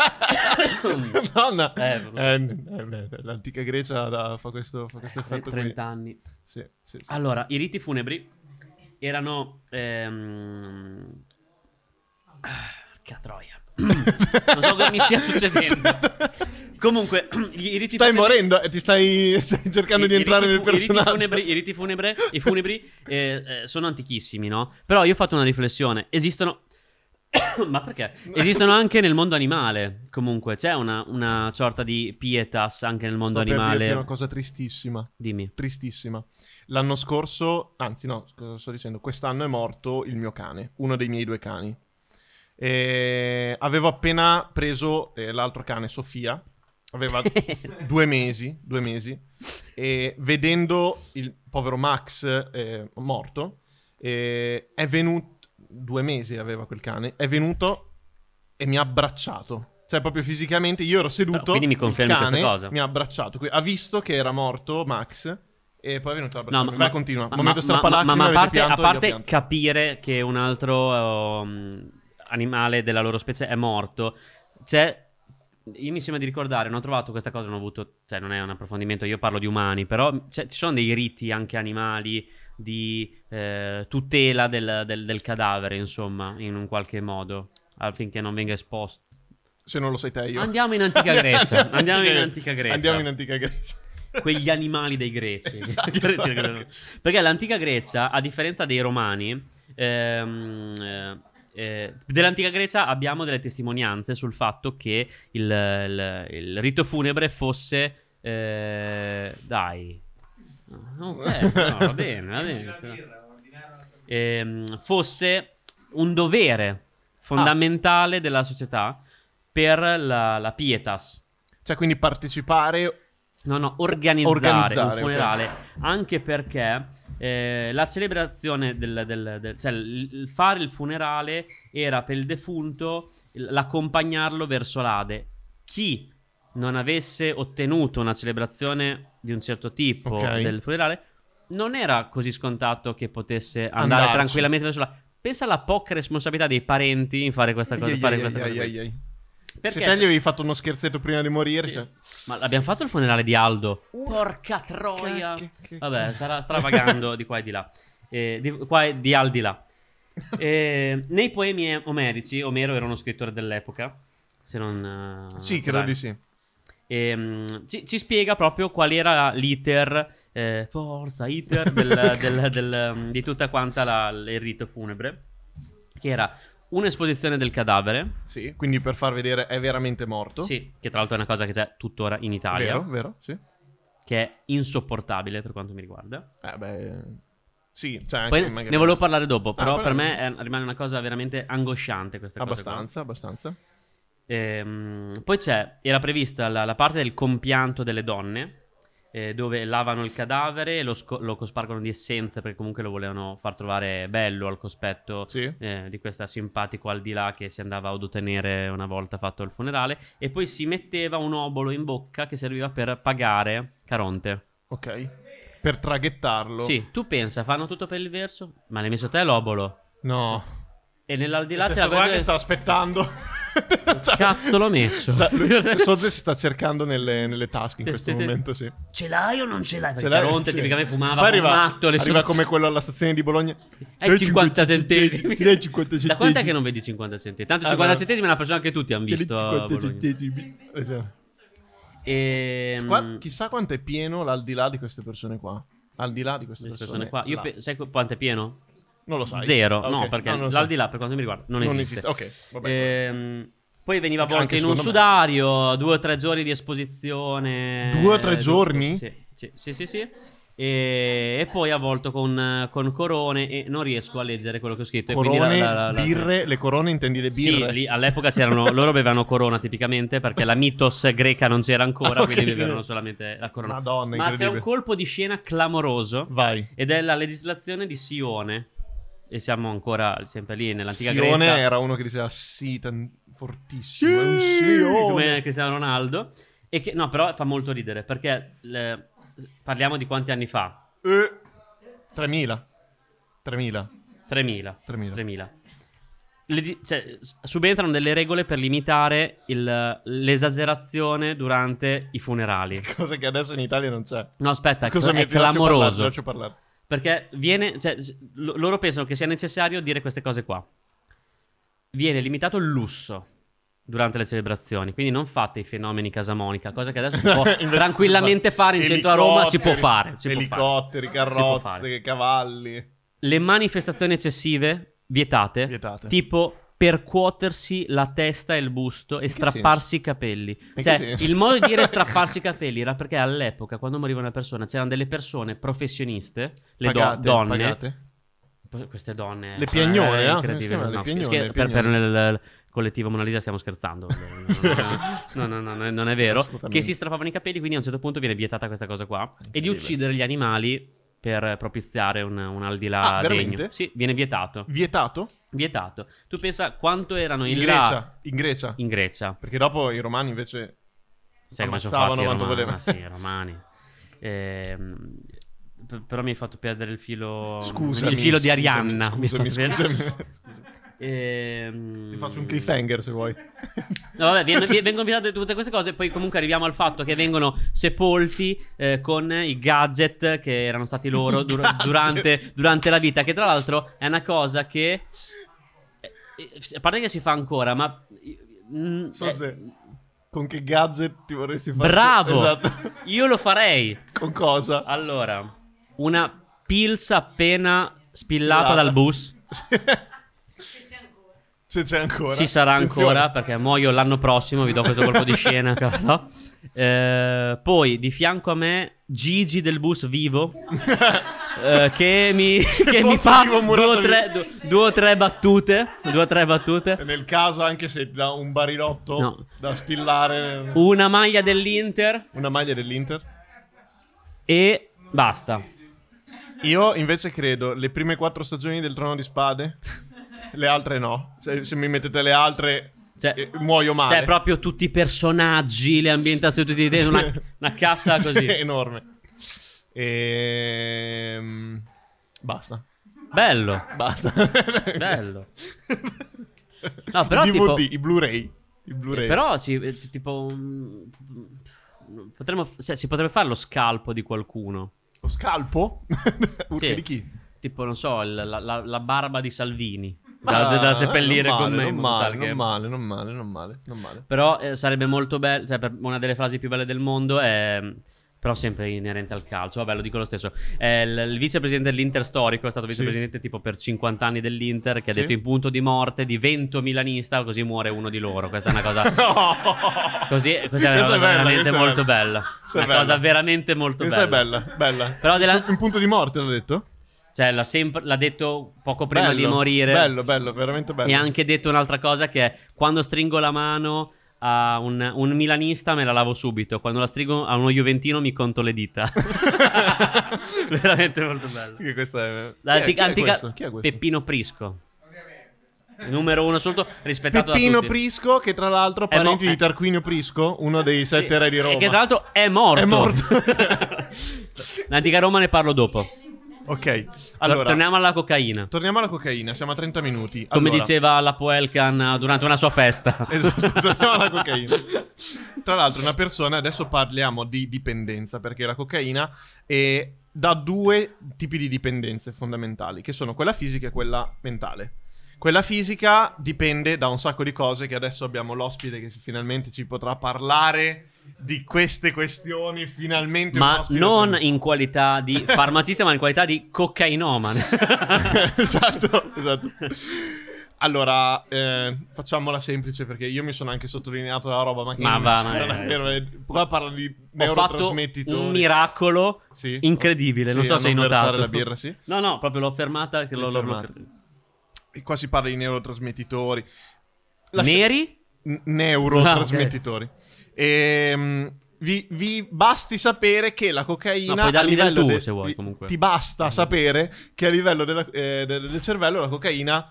Speaker 4: Madonna.
Speaker 3: Eh,
Speaker 4: Eh, eh, beh, l'antica Grecia da- fa, questo, fa
Speaker 3: Eh,
Speaker 4: questo effetto qui.
Speaker 3: 30 anni.
Speaker 4: Sì, sì, sì.
Speaker 3: Allora, i riti funebri erano. Ehm... Ah, Che troia. non so cosa mi stia succedendo. Comunque, i riti
Speaker 4: Stai
Speaker 3: funebri-
Speaker 4: morendo e ti stai, stai cercando
Speaker 3: i-
Speaker 4: di
Speaker 3: i
Speaker 4: entrare
Speaker 3: riti
Speaker 4: nel
Speaker 3: fu- i riti
Speaker 4: personaggio.
Speaker 3: funebri- I riti funebri, i funebri, eh, eh, sono antichissimi, no? Però io ho fatto una riflessione. Esistono. Ma perché? Esistono anche nel mondo animale. Comunque, c'è una, una sorta di pietas anche nel mondo
Speaker 4: Sto per
Speaker 3: animale.
Speaker 4: dirti una cosa tristissima.
Speaker 3: Dimmi.
Speaker 4: Tristissima. L'anno scorso, anzi no, cosa sto dicendo? Quest'anno è morto il mio cane, uno dei miei due cani. E avevo appena preso eh, l'altro cane, Sofia. Aveva due mesi, due mesi. E vedendo il povero Max eh, morto, eh, è venuto... Due mesi aveva quel cane. È venuto e mi ha abbracciato. Cioè, proprio fisicamente, io ero seduto.
Speaker 3: quindi mi confermi
Speaker 4: il cane
Speaker 3: questa cosa?
Speaker 4: Mi ha abbracciato. que- Ha visto che era morto Max. E poi è venuto a
Speaker 3: No,
Speaker 4: abbracciarmi.
Speaker 3: ma,
Speaker 4: Vai,
Speaker 3: ma-
Speaker 4: cioè, continua.
Speaker 3: ma-
Speaker 4: Momento
Speaker 3: ma- ma-
Speaker 4: strappalacrime,
Speaker 3: ma a
Speaker 4: avete
Speaker 3: parte,
Speaker 4: pianto,
Speaker 3: a
Speaker 4: io ho
Speaker 3: parte
Speaker 4: pianto.
Speaker 3: capire che un altro ehm, animale della loro specie è morto, c'è. Io mi sembra di ricordare, non ho trovato questa cosa, non ho avuto, cioè non è un approfondimento, io parlo di umani, però c'è- ci sono dei riti anche animali di eh, tutela del, del- del cadavere, insomma, in un qualche modo, affinché non venga esposto.
Speaker 4: Se non lo sai te io.
Speaker 3: Andiamo in antica Grecia, andiamo in antica Grecia.
Speaker 4: Andiamo in antica Grecia.
Speaker 3: quegli animali dei greci.
Speaker 4: Esatto.
Speaker 3: Perché l'antica Grecia, a differenza dei romani, ehm, eh, eh, dell'antica Grecia abbiamo delle testimonianze sul fatto che il, il- il rito funebre fosse... eh, dai. Ok, no, va bene, va bene. Ehm, fosse un dovere fondamentale della società per la, la pietas.
Speaker 4: Cioè, quindi partecipare
Speaker 3: No, no, organizzare,
Speaker 4: Organizzare,
Speaker 3: un
Speaker 4: ok.
Speaker 3: funerale, anche perché eh, la celebrazione del, del- del- cioè il il fare il funerale era per il defunto il- l'accompagnarlo verso l'Ade. Chi non avesse ottenuto una celebrazione di un certo tipo
Speaker 4: Ok.
Speaker 3: del funerale non era così scontato che potesse andare
Speaker 4: Andarci.
Speaker 3: tranquillamente verso l'Ade. Pensa alla poca responsabilità dei parenti in fare questa cosa.
Speaker 4: Ai,
Speaker 3: fare
Speaker 4: ai,
Speaker 3: questa
Speaker 4: ai,
Speaker 3: cosa
Speaker 4: ai,
Speaker 3: qui.
Speaker 4: ai, ai.
Speaker 3: Perché-
Speaker 4: Se te gli avevi fatto uno scherzetto prima di morire, cioè,
Speaker 3: Ma abbiamo fatto il funerale di Aldo. Porca troia.
Speaker 4: Che- che- che-
Speaker 3: Vabbè, sarà stravagando di qua e di là. Eh, di qua e di al di là. Eh, nei poemi omerici, Omero era uno scrittore dell'epoca. Se non. eh,
Speaker 4: Sì, credo
Speaker 3: dai.
Speaker 4: di sì.
Speaker 3: Ehm, ci, ci spiega proprio qual era l'iter, eh, forza, iter del- del- del, um, di tutta quanta la- il rito funebre. Che era un'esposizione del cadavere.
Speaker 4: Sì, quindi per far vedere è veramente morto.
Speaker 3: Sì, che tra l'altro è una cosa che c'è tuttora in Italia.
Speaker 4: vero, vero, sì.
Speaker 3: che è insopportabile per quanto mi riguarda.
Speaker 4: Eh beh, sì, cioè anche
Speaker 3: Poi ne
Speaker 4: magari-
Speaker 3: ne volevo parlare dopo, però
Speaker 4: Ah,
Speaker 3: per me
Speaker 4: parla-
Speaker 3: è- rimane una cosa veramente angosciante questa cosa. Ehm,
Speaker 4: abbastanza, abbastanza.
Speaker 3: poi c'è, era prevista la, la parte del compianto delle donne, eh, dove lavano il cadavere, lo, sco- lo cospargono di essenza perché comunque lo volevano far trovare bello al cospetto
Speaker 4: Sì.
Speaker 3: eh, di questa simpatico al di là che si andava ad ottenere una volta fatto il funerale, e poi si metteva un obolo in bocca che serviva per pagare Caronte.
Speaker 4: Ok. Per traghettarlo.
Speaker 3: Sì, tu pensa, fanno tutto per il verso, ma l'hai messo te l'obolo.
Speaker 4: No.
Speaker 3: E nell'aldilà
Speaker 4: C'è
Speaker 3: c'è,
Speaker 4: sto
Speaker 3: la
Speaker 4: qua
Speaker 3: cosa
Speaker 4: che Cioè, sta aspettando. Cioè,
Speaker 3: Cazzo l'ho messo.
Speaker 4: Sta, lui- Sozze si sta cercando nelle, nelle tasche in questo
Speaker 3: Te- te- te-
Speaker 4: momento, sì.
Speaker 3: Ce l'hai o non ce l'hai? Perché
Speaker 4: Ce l'hai?
Speaker 3: Caronte
Speaker 4: Sì.
Speaker 3: tipicamente fumava
Speaker 4: Poi arriva,
Speaker 3: un matto le
Speaker 4: arriva
Speaker 3: sue-
Speaker 4: come quello alla stazione di Bologna.
Speaker 3: Ai 50 centesimi.
Speaker 4: Ci dai 50 centesimi.
Speaker 3: Da quanto è che non vedi 50 centesimi? Tanto
Speaker 4: Ah,
Speaker 3: 50
Speaker 4: no.
Speaker 3: centesimi è una persona che tutti hanno
Speaker 4: Ci dai
Speaker 3: visto. a
Speaker 4: 50
Speaker 3: Bologna.
Speaker 4: centesimi. Esatto.
Speaker 3: Ehm,
Speaker 4: Qua- chissà quanto è pieno l'al di là di queste persone qua. Al di là di queste,
Speaker 3: queste
Speaker 4: persone,
Speaker 3: persone qua. Io
Speaker 4: là.
Speaker 3: pe- sai qu- quanto è pieno?
Speaker 4: non lo sai.
Speaker 3: Zero.
Speaker 4: Ah,
Speaker 3: No,
Speaker 4: ok.
Speaker 3: perché
Speaker 4: No, non lo
Speaker 3: l'aldilà,
Speaker 4: sai.
Speaker 3: per quanto mi riguarda, non esiste.
Speaker 4: Non esiste. Ok, vabbè.
Speaker 3: Ehm, poi veniva
Speaker 4: Anche
Speaker 3: avvolto in un
Speaker 4: secondo me.
Speaker 3: sudario, due o tre giorni di esposizione.
Speaker 4: Due o tre
Speaker 3: Eh,
Speaker 4: giorni?
Speaker 3: Sì, sì, sì, sì. sì. E, e poi avvolto con, con corone e non riesco a leggere quello che ho scritto. e quindi la-
Speaker 4: corone,
Speaker 3: la- la- la-
Speaker 4: birre, le corone intendi le
Speaker 3: Sì,
Speaker 4: birre?
Speaker 3: lì all'epoca c'erano, loro bevevano corona tipicamente perché la mitos greca non c'era ancora,
Speaker 4: Ah, ok.
Speaker 3: quindi bevevano solamente la corona.
Speaker 4: Madonna,
Speaker 3: Ma c'è un
Speaker 4: incredibile.
Speaker 3: colpo di scena clamoroso
Speaker 4: Vai.
Speaker 3: ed è la legislazione di Sione. E siamo ancora sempre lì nell'antica
Speaker 4: Sione
Speaker 3: Grecia.
Speaker 4: era uno che diceva sì, tan- fortissimo, è un
Speaker 3: come
Speaker 4: Sione.
Speaker 3: Cristiano Ronaldo. E che, no, però fa molto ridere perché le- parliamo di quanti anni fa?
Speaker 4: Eh, 3000. 3000.
Speaker 3: 3000.
Speaker 4: 3000.
Speaker 3: 3000. Leggi- cioè, s- subentrano delle regole per limitare il- l'esagerazione durante i funerali.
Speaker 4: Cosa che adesso in Italia non c'è.
Speaker 3: No, aspetta,
Speaker 4: Scusami,
Speaker 3: è
Speaker 4: ti lascio parlare,
Speaker 3: clamoroso.
Speaker 4: ti lascio parlare.
Speaker 3: Perché viene. cioè, s- lo- loro pensano che sia necessario dire queste cose qua. Viene limitato il lusso durante le celebrazioni. Quindi non fate i fenomeni Casamonica, cosa che adesso si può
Speaker 4: Invece
Speaker 3: tranquillamente
Speaker 4: si fa-
Speaker 3: fare in centro a Roma. Si può
Speaker 4: elicotteri,
Speaker 3: fare. si può fare.
Speaker 4: elicotteri,
Speaker 3: Si può
Speaker 4: carrozze,
Speaker 3: fare.
Speaker 4: cavalli.
Speaker 3: Le manifestazioni eccessive vietate,
Speaker 4: Vietate.
Speaker 3: tipo percuotersi la testa e il busto e
Speaker 4: che
Speaker 3: strapparsi i capelli.
Speaker 4: che
Speaker 3: Cioè,
Speaker 4: senso?
Speaker 3: il modo di dire strapparsi i capelli era perché all'epoca, quando moriva una persona, c'erano delle persone professioniste, le do-
Speaker 4: pagate,
Speaker 3: donne,
Speaker 4: pagate.
Speaker 3: P- queste donne
Speaker 4: Le piagnone,
Speaker 3: eh,
Speaker 4: no?
Speaker 3: incredibili.
Speaker 4: Come si chiama? Le
Speaker 3: No, scher-
Speaker 4: piagnone,
Speaker 3: scher-
Speaker 4: le
Speaker 3: per, per
Speaker 4: piagnone.
Speaker 3: il collettivo Mona Lisa stiamo scherzando no no, no, no, non è vero
Speaker 4: Assolutamente.
Speaker 3: che si strappavano i capelli quindi a un certo punto viene vietata questa cosa qua e di
Speaker 4: Incredibile.
Speaker 3: uccidere gli animali per propiziare un, un al di là
Speaker 4: Ah, veramente?
Speaker 3: degno sì viene vietato
Speaker 4: Vietato?
Speaker 3: vietato tu pensa quanto erano in,
Speaker 4: In
Speaker 3: là
Speaker 4: Grecia. In Grecia.
Speaker 3: in Grecia
Speaker 4: Perché dopo i romani invece...
Speaker 3: sai come sono
Speaker 4: Ammazzavano
Speaker 3: fatti i
Speaker 4: quanto
Speaker 3: romani ma
Speaker 4: volevano.
Speaker 3: sì i romani Ehm, p- però mi hai fatto perdere il filo
Speaker 4: Scusami.
Speaker 3: oh. il filo di
Speaker 4: scusami,
Speaker 3: Arianna Mi hai
Speaker 4: Scusami,
Speaker 3: fatto perdere-
Speaker 4: scusami.
Speaker 3: Ehm...
Speaker 4: Ti faccio un cliffhanger se vuoi. Cioè,
Speaker 3: No, vabbè, vien- vi- vengono vietate tutte queste cose. Poi, comunque, arriviamo al fatto che vengono sepolti eh, con i gadget che erano stati loro
Speaker 4: I
Speaker 3: dur-
Speaker 4: gadget.
Speaker 3: durante, durante la vita. Che, tra l'altro, è una cosa che. eh, eh, A parte che si fa ancora, ma. mm,
Speaker 4: Sozze,
Speaker 3: eh,
Speaker 4: con che gadget ti vorresti fare?
Speaker 3: bravo!
Speaker 4: Esatto.
Speaker 3: Io lo farei.
Speaker 4: Con cosa?
Speaker 3: Allora, una pilsa appena spillata
Speaker 4: Spillata.
Speaker 3: dal bus.
Speaker 4: Se c'è ancora.
Speaker 3: Ci sarà
Speaker 4: Attenzione.
Speaker 3: ancora perché muoio l'anno prossimo, vi do questo colpo di scena. cavolo. Eh, poi di fianco a me Gigi del bus vivo. eh, che mi, che mi
Speaker 4: fosse
Speaker 3: fa
Speaker 4: vivo
Speaker 3: due
Speaker 4: murato
Speaker 3: o, tre,
Speaker 4: lì.
Speaker 3: du- due o tre battute. Due o tre
Speaker 4: E
Speaker 3: battute.
Speaker 4: nel caso, anche se da un barilotto
Speaker 3: No.
Speaker 4: da spillare
Speaker 3: Una maglia dell'Inter.
Speaker 4: una maglia dell'Inter.
Speaker 3: E basta.
Speaker 4: Io invece credo le prime quattro stagioni del Trono di Spade, le altre no. Se, se mi mettete le altre,
Speaker 3: Cioè,
Speaker 4: eh, muoio male.
Speaker 3: Cioè, proprio tutti i personaggi, le ambientazioni, tutti dentro una, una cassa così.
Speaker 4: Enorme. Ehm, Basta.
Speaker 3: Bello,
Speaker 4: Basta.
Speaker 3: bello. No, però
Speaker 4: I DVD,
Speaker 3: tipo-
Speaker 4: i Blu-ray. I Blu-ray.
Speaker 3: Però sì, eh, t- tipo... mm, Potremmo, f- se- si potrebbe fare lo scalpo di qualcuno.
Speaker 4: Lo scalpo? Urca
Speaker 3: Sì.
Speaker 4: di chi?
Speaker 3: Tipo, non so, il- la, la- la barba di Salvini. Da,
Speaker 4: Ah,
Speaker 3: da- da seppellire
Speaker 4: non
Speaker 3: con
Speaker 4: male,
Speaker 3: me. in
Speaker 4: Non
Speaker 3: modo tale
Speaker 4: male,
Speaker 3: che-
Speaker 4: non male, non male, non male, non male.
Speaker 3: Però eh, sarebbe molto bello. Cioè, per- una delle frasi più belle del mondo è. Però sempre inerente al calcio. Vabbè, lo dico lo stesso. È l- il vicepresidente dell'Inter storico è stato
Speaker 4: Sì.
Speaker 3: vicepresidente tipo per 50 anni dell'Inter. Che
Speaker 4: Sì.
Speaker 3: ha detto in punto di morte divento milanista. Così muore uno di loro. Questa è una cosa.
Speaker 4: no!
Speaker 3: Così, questa è una cosa veramente molto bella.
Speaker 4: Questa è
Speaker 3: Una cosa veramente molto
Speaker 4: Questa
Speaker 3: bella.
Speaker 4: è bella, bella.
Speaker 3: Però della-
Speaker 4: Su- Un punto di morte l'ho detto?
Speaker 3: Cioè, l'ha, sempre- l'ha detto poco prima
Speaker 4: Bello,
Speaker 3: di morire.
Speaker 4: Bello, bello, veramente bello.
Speaker 3: E ha anche detto un'altra cosa che è quando stringo la mano a un, un milanista me la lavo subito, quando la stringo a uno juventino mi conto le dita. Veramente molto bello.
Speaker 4: Che questa è...
Speaker 3: La
Speaker 4: chi è,
Speaker 3: antica-
Speaker 4: chi è
Speaker 3: antica-
Speaker 4: questo? Chi è questo?
Speaker 3: Peppino Prisco. Numero uno assoluto, rispettato da
Speaker 4: Peppino
Speaker 3: tutti.
Speaker 4: Prisco, che tra l'altro
Speaker 3: È mo-
Speaker 4: parenti
Speaker 3: eh.
Speaker 4: di Tarquinio Prisco, uno dei
Speaker 3: Sì,
Speaker 4: sette re di Roma.
Speaker 3: E che tra l'altro è morto.
Speaker 4: È morto.
Speaker 3: L'antica Roma ne parlo dopo.
Speaker 4: Ok, allora, torniamo...
Speaker 3: Torniamo alla cocaina.
Speaker 4: alla cocaina, siamo a 30 minuti.
Speaker 3: Come
Speaker 4: Allora-
Speaker 3: diceva la Poelcan durante una sua festa.
Speaker 4: Esatto, torniamo alla cocaina. Tra l'altro, una persona, adesso parliamo di dipendenza, perché la cocaina è, dà due tipi di dipendenze fondamentali, che sono quella fisica e quella mentale. Quella fisica dipende da un sacco di cose che adesso abbiamo l'ospite che si- finalmente ci potrà parlare di queste questioni, finalmente. un
Speaker 3: Ma
Speaker 4: ospite
Speaker 3: non
Speaker 4: con-
Speaker 3: in qualità di farmacista, ma in qualità di cocainomane.
Speaker 4: esatto, esatto. Allora, eh, facciamola semplice perché io mi sono anche sottolineato la roba, ma che
Speaker 3: Ma va, ma-
Speaker 4: non è vero, è- qua parlo di
Speaker 3: Ho fatto
Speaker 4: neurotrasmettitori.
Speaker 3: un miracolo
Speaker 4: Sì.
Speaker 3: incredibile. non
Speaker 4: Sì,
Speaker 3: so
Speaker 4: a
Speaker 3: se hai
Speaker 4: non versare
Speaker 3: notato.
Speaker 4: la birra, sì.
Speaker 3: No, no, proprio l'ho fermata. Che
Speaker 4: L'hai
Speaker 3: l'ho, l'ho
Speaker 4: fermata.
Speaker 3: bloccata.
Speaker 4: E qua si parla di neurotrasmettitori. Lascia-
Speaker 3: Neri?
Speaker 4: N-
Speaker 3: Ah,
Speaker 4: neurotrasmettitori. Ehm, vi, vi basti sapere che la cocaina.
Speaker 3: No, puoi darmi
Speaker 4: a livello
Speaker 3: del tuo,
Speaker 4: de-
Speaker 3: se vuoi,
Speaker 4: vi-
Speaker 3: comunque. Mm.
Speaker 4: Ti basta sapere che a livello della- eh, del, del cervello la cocaina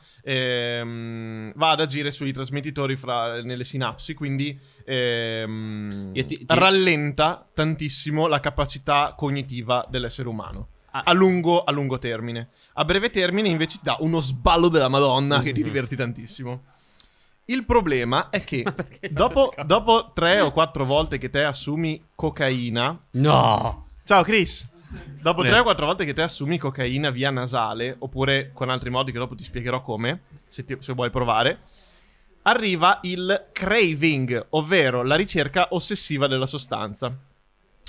Speaker 4: ehm, va ad agire sui trasmettitori fra- nelle sinapsi, quindi ehm,
Speaker 3: Io ti- ti-
Speaker 4: rallenta tantissimo la capacità cognitiva dell'essere umano.
Speaker 3: Ah.
Speaker 4: A lungo, a lungo termine. A breve termine invece ti dà uno sballo della Madonna che ti
Speaker 3: Mhm.
Speaker 4: diverti tantissimo. Il problema è che
Speaker 3: Ma perché fate
Speaker 4: dopo,
Speaker 3: le cose?
Speaker 4: dopo tre o quattro volte che te assumi cocaina...
Speaker 3: No.
Speaker 4: Ciao Chris! Dopo
Speaker 3: Eh.
Speaker 4: tre o quattro volte che te assumi cocaina via nasale, oppure con altri modi che dopo ti spiegherò come, se, ti- se vuoi provare, arriva il craving, ovvero la ricerca ossessiva della sostanza.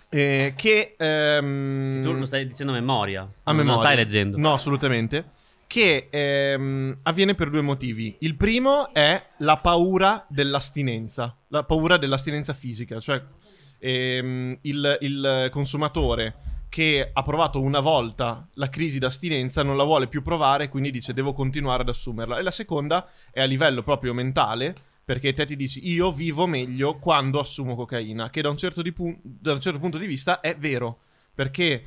Speaker 4: Eh, che... ehm,
Speaker 3: Tu lo stai dicendo a memoria.
Speaker 4: a
Speaker 3: non
Speaker 4: memoria.
Speaker 3: lo stai leggendo.
Speaker 4: No, assolutamente. Che ehm, avviene per due motivi. Il primo è la paura dell'astinenza, la paura dell'astinenza fisica, cioè ehm, il, il consumatore che ha provato una volta la crisi d'astinenza non la vuole più provare, quindi dice devo continuare ad assumerla. E la seconda è a livello proprio mentale, perché te ti dici io vivo meglio quando assumo cocaina, che da un certo, di pu- da un certo punto di vista è vero, perché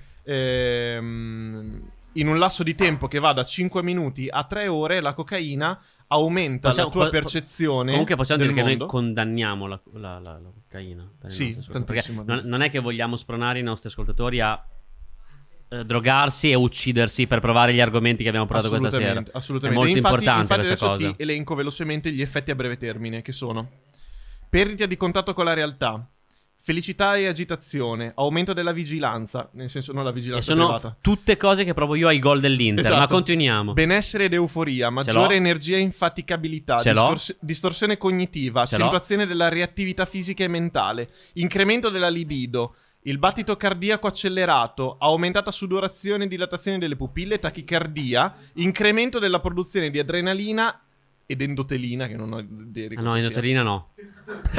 Speaker 4: ehm, in un lasso di tempo che va da 5 minuti a 3 ore la cocaina aumenta
Speaker 3: Possiamo-
Speaker 4: la tua
Speaker 3: po- po-
Speaker 4: percezione.
Speaker 3: Comunque possiamo
Speaker 4: del
Speaker 3: dire che noi
Speaker 4: mondo.
Speaker 3: condanniamo la, la, la- la cocaina. per i
Speaker 4: Sì,
Speaker 3: nostri ascoltatori.
Speaker 4: tantissimo.
Speaker 3: Perché Non, non è che vogliamo spronare i nostri ascoltatori a eh, drogarsi e uccidersi per provare gli argomenti che abbiamo provato questa sera.
Speaker 4: Assolutamente, assolutamente.
Speaker 3: È molto
Speaker 4: infatti,
Speaker 3: importante
Speaker 4: infatti
Speaker 3: questa
Speaker 4: adesso
Speaker 3: cosa.
Speaker 4: ti elenco velocemente gli effetti a breve termine che sono perdita di contatto con la realtà, felicità e agitazione, aumento della vigilanza, nel senso non la
Speaker 3: E
Speaker 4: vigilanza
Speaker 3: sono
Speaker 4: privata.
Speaker 3: tutte cose che provo io ai gol dell'Inter.
Speaker 4: Esatto.
Speaker 3: Ma continuiamo.
Speaker 4: Benessere ed euforia,
Speaker 3: l'ho.
Speaker 4: maggiore energia e infaticabilità,
Speaker 3: Ce l'ho.
Speaker 4: distorsione cognitiva,
Speaker 3: Ce l'ho.
Speaker 4: accentuazione della reattività fisica e mentale, incremento della libido, il battito cardiaco accelerato, aumentata sudorazione e dilatazione delle pupille, tachicardia, incremento della produzione di adrenalina ed endotelina, che non ho idea di
Speaker 3: Ah,
Speaker 4: cosa
Speaker 3: no,
Speaker 4: sia.
Speaker 3: in Otorina no.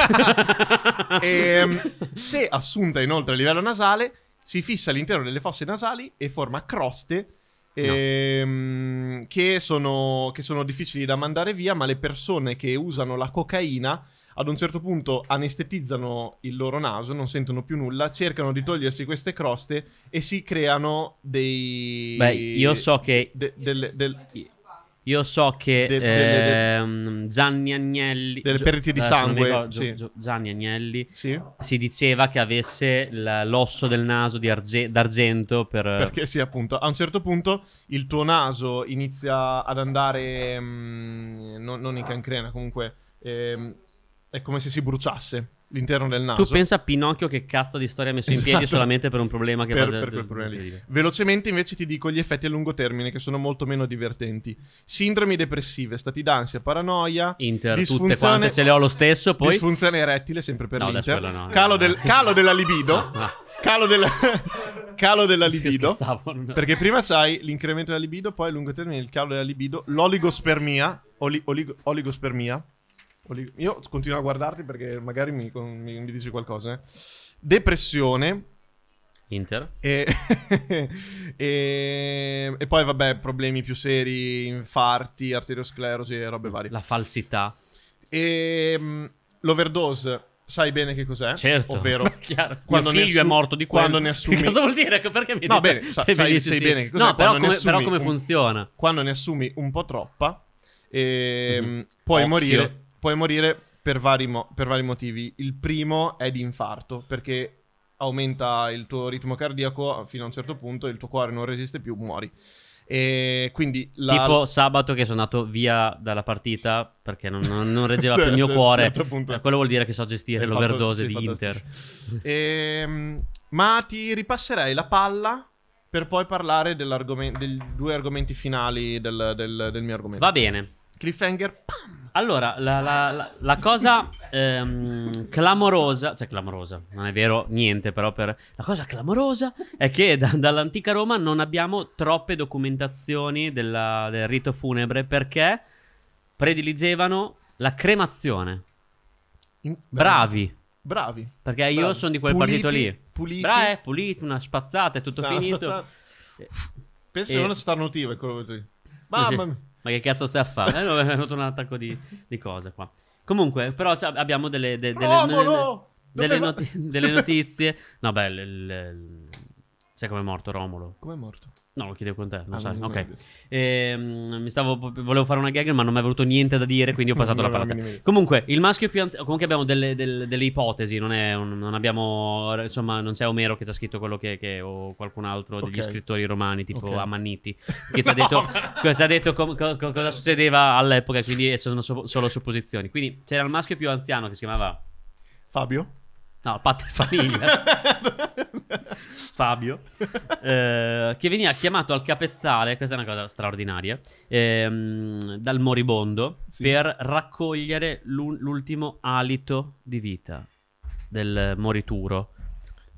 Speaker 3: Ah.
Speaker 4: Ehm, se assunta inoltre a livello nasale, si fissa all'interno delle fosse nasali e forma croste. ehm, che, sono, che sono difficili da mandare via, ma le persone che usano la cocaina Ad un certo punto anestetizzano il loro naso, non sentono più nulla, cercano di togliersi queste croste e si creano dei...
Speaker 3: Beh, io so che
Speaker 4: de- delle, del-
Speaker 3: Io so che
Speaker 4: De- delle- de-
Speaker 3: ehm, Zanni Agnelli.
Speaker 4: Delle
Speaker 3: Gio-
Speaker 4: perdite di
Speaker 3: adesso non
Speaker 4: sangue,
Speaker 3: mi ricordo, Gio-
Speaker 4: sì.
Speaker 3: Gio- Zanni Agnelli.
Speaker 4: sì,
Speaker 3: Si diceva che avesse la- l'osso del naso di arge- d'argento per.
Speaker 4: perché sì, appunto, a un certo punto il tuo naso inizia ad andare... mm, non, non in cancrena, comunque... ehm, è come se si bruciasse l'interno del naso.
Speaker 3: Tu pensa a Pinocchio che cazzo di storia ha messo in
Speaker 4: Esatto.
Speaker 3: piedi solamente per un problema che
Speaker 4: per,
Speaker 3: faceva-
Speaker 4: per quel problema lì. Velocemente invece ti dico gli effetti a lungo termine che sono molto meno divertenti. Sindromi depressive, stati d'ansia, paranoia,
Speaker 3: Inter,
Speaker 4: disfunzione,
Speaker 3: tutte quante ce le ho lo stesso. Poi.
Speaker 4: disfunzione erettile sempre per
Speaker 3: No, adesso
Speaker 4: l'Inter,
Speaker 3: quello no,
Speaker 4: calo,
Speaker 3: no,
Speaker 4: del-
Speaker 3: no.
Speaker 4: calo della libido,
Speaker 3: No,
Speaker 4: calo della, calo della libido,
Speaker 3: scherzavo, non-
Speaker 4: perché prima c'hai l'incremento della libido, poi a lungo termine il calo della libido, l'oligospermia, oli- oligo- oligospermia, Oli- Io continuo a guardarti perché magari mi, con- mi- mi dici qualcosa. eh. Depressione,
Speaker 3: Inter.
Speaker 4: e, e- e poi, vabbè, problemi più seri, infarti, arteriosclerosi e robe varie.
Speaker 3: La falsità.
Speaker 4: E mm, l'overdose, sai bene che cos'è?
Speaker 3: Certo.
Speaker 4: Ovvero,
Speaker 3: Ma chiaro.
Speaker 4: quando
Speaker 3: Mio
Speaker 4: ne
Speaker 3: figlio è
Speaker 4: assu-
Speaker 3: morto di quello.
Speaker 4: quando ne assumi-
Speaker 3: Che cosa vuol dire? Perché mi hai
Speaker 4: No,
Speaker 3: detto-
Speaker 4: bene, sa- sai-
Speaker 3: benissimo,
Speaker 4: sai
Speaker 3: sì.
Speaker 4: bene che cos'è,
Speaker 3: No, però
Speaker 4: quando ne
Speaker 3: come, però
Speaker 4: assumi
Speaker 3: come
Speaker 4: un-
Speaker 3: funziona?
Speaker 4: quando ne assumi un po' troppa, ehm, puoi,
Speaker 3: Mm-hmm. Occhio.
Speaker 4: morire, puoi morire per vari, mo- per vari motivi. Il primo è di infarto, perché aumenta il tuo ritmo cardiaco fino a un certo punto, il tuo cuore non resiste più, muori. E quindi la...
Speaker 3: Tipo sabato che sono andato via dalla partita perché non, non- non reggeva più il mio
Speaker 4: Certo,
Speaker 3: cuore.
Speaker 4: certo punto.
Speaker 3: Eh, Quello vuol dire che so gestire
Speaker 4: Hai
Speaker 3: l'overdose
Speaker 4: fatto-
Speaker 3: di
Speaker 4: sì,
Speaker 3: Inter.
Speaker 4: fantastico. Ehm, ma ti ripasserei la palla per poi parlare dell'argomen- dei due argomenti finali del, del- del mio argomento.
Speaker 3: Va bene.
Speaker 4: Cliffhanger.
Speaker 3: Allora, la, la- la- la cosa ehm, clamorosa, cioè clamorosa, non è vero niente, però per la cosa clamorosa è che da- dall'antica Roma non abbiamo troppe documentazioni della- del rito funebre perché prediligevano la cremazione.
Speaker 4: In-
Speaker 3: Bravi.
Speaker 4: Bravi.
Speaker 3: Perché io
Speaker 4: Bravi.
Speaker 3: sono di quel
Speaker 4: Puliti,
Speaker 3: partito lì.
Speaker 4: puliti.
Speaker 3: Bra, eh, pulito, una spazzata, è tutto
Speaker 4: Una
Speaker 3: finito.
Speaker 4: spazzata.
Speaker 3: Eh,
Speaker 4: Penso
Speaker 3: Eh.
Speaker 4: che uno starnutivo è quello che tu- Mamma
Speaker 3: Dici,
Speaker 4: mia.
Speaker 3: Ma che cazzo stai a fare? Eh, no, è venuto un attacco di, di cose qua. Comunque, però c'ha- abbiamo delle, de- delle-
Speaker 4: Romolo!
Speaker 3: delle
Speaker 4: Doveva-
Speaker 3: noti- delle notizie. No, beh, l- l- sai com'è morto Romolo?
Speaker 4: Com'è morto?
Speaker 3: No, lo chiedevo con te, non
Speaker 4: Ah,
Speaker 3: sai.
Speaker 4: non- non-
Speaker 3: ok. Ehm, mi stavo, volevo fare una gag, ma non mi è venuto niente da dire, quindi ho passato
Speaker 4: Non
Speaker 3: la
Speaker 4: avevo
Speaker 3: parola. a te.
Speaker 4: la minima idea.
Speaker 3: Comunque, il maschio più anziano. Comunque, abbiamo delle, delle- delle ipotesi. Non, è un- non abbiamo. Insomma, non c'è Omero che ci ha scritto quello che. che- o qualcun altro degli
Speaker 4: Ok.
Speaker 3: scrittori romani, tipo
Speaker 4: Ok.
Speaker 3: Amanniti, che ci ha
Speaker 4: No,
Speaker 3: detto,
Speaker 4: ma-
Speaker 3: che ci ha detto com- co- co- cosa succedeva all'epoca. Quindi eh, sono so- solo supposizioni. Quindi c'era il maschio più anziano che si chiamava.
Speaker 4: Fabio?
Speaker 3: No, Pat Famiglia. Fabio,
Speaker 4: Cioè,
Speaker 3: eh, che veniva chiamato al capezzale, questa è una cosa straordinaria, ehm, dal moribondo
Speaker 4: Sì.
Speaker 3: per raccogliere l'u- l'ultimo alito di vita del morituro.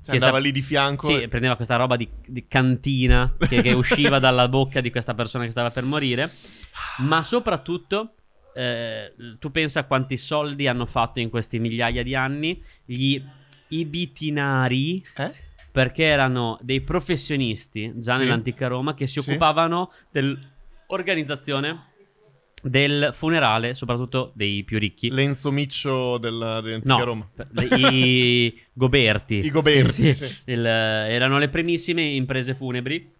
Speaker 4: Cioè, andava
Speaker 3: sa-
Speaker 4: lì di fianco.
Speaker 3: Sì, prendeva questa roba di, di cantina che, che usciva dalla bocca di questa persona che stava per morire, ma soprattutto... eh, tu pensa a quanti soldi hanno fatto in questi migliaia di anni gli ibitinari
Speaker 4: Eh?
Speaker 3: perché erano dei professionisti già
Speaker 4: Sì.
Speaker 3: nell'antica Roma che si
Speaker 4: Sì.
Speaker 3: occupavano dell'organizzazione del funerale, soprattutto dei più ricchi.
Speaker 4: Lenzo Miccio della, dell'antica
Speaker 3: No,
Speaker 4: Roma.
Speaker 3: le- i Goberti.
Speaker 4: I Goberti,
Speaker 3: Sì,
Speaker 4: sì.
Speaker 3: il- erano le primissime imprese funebri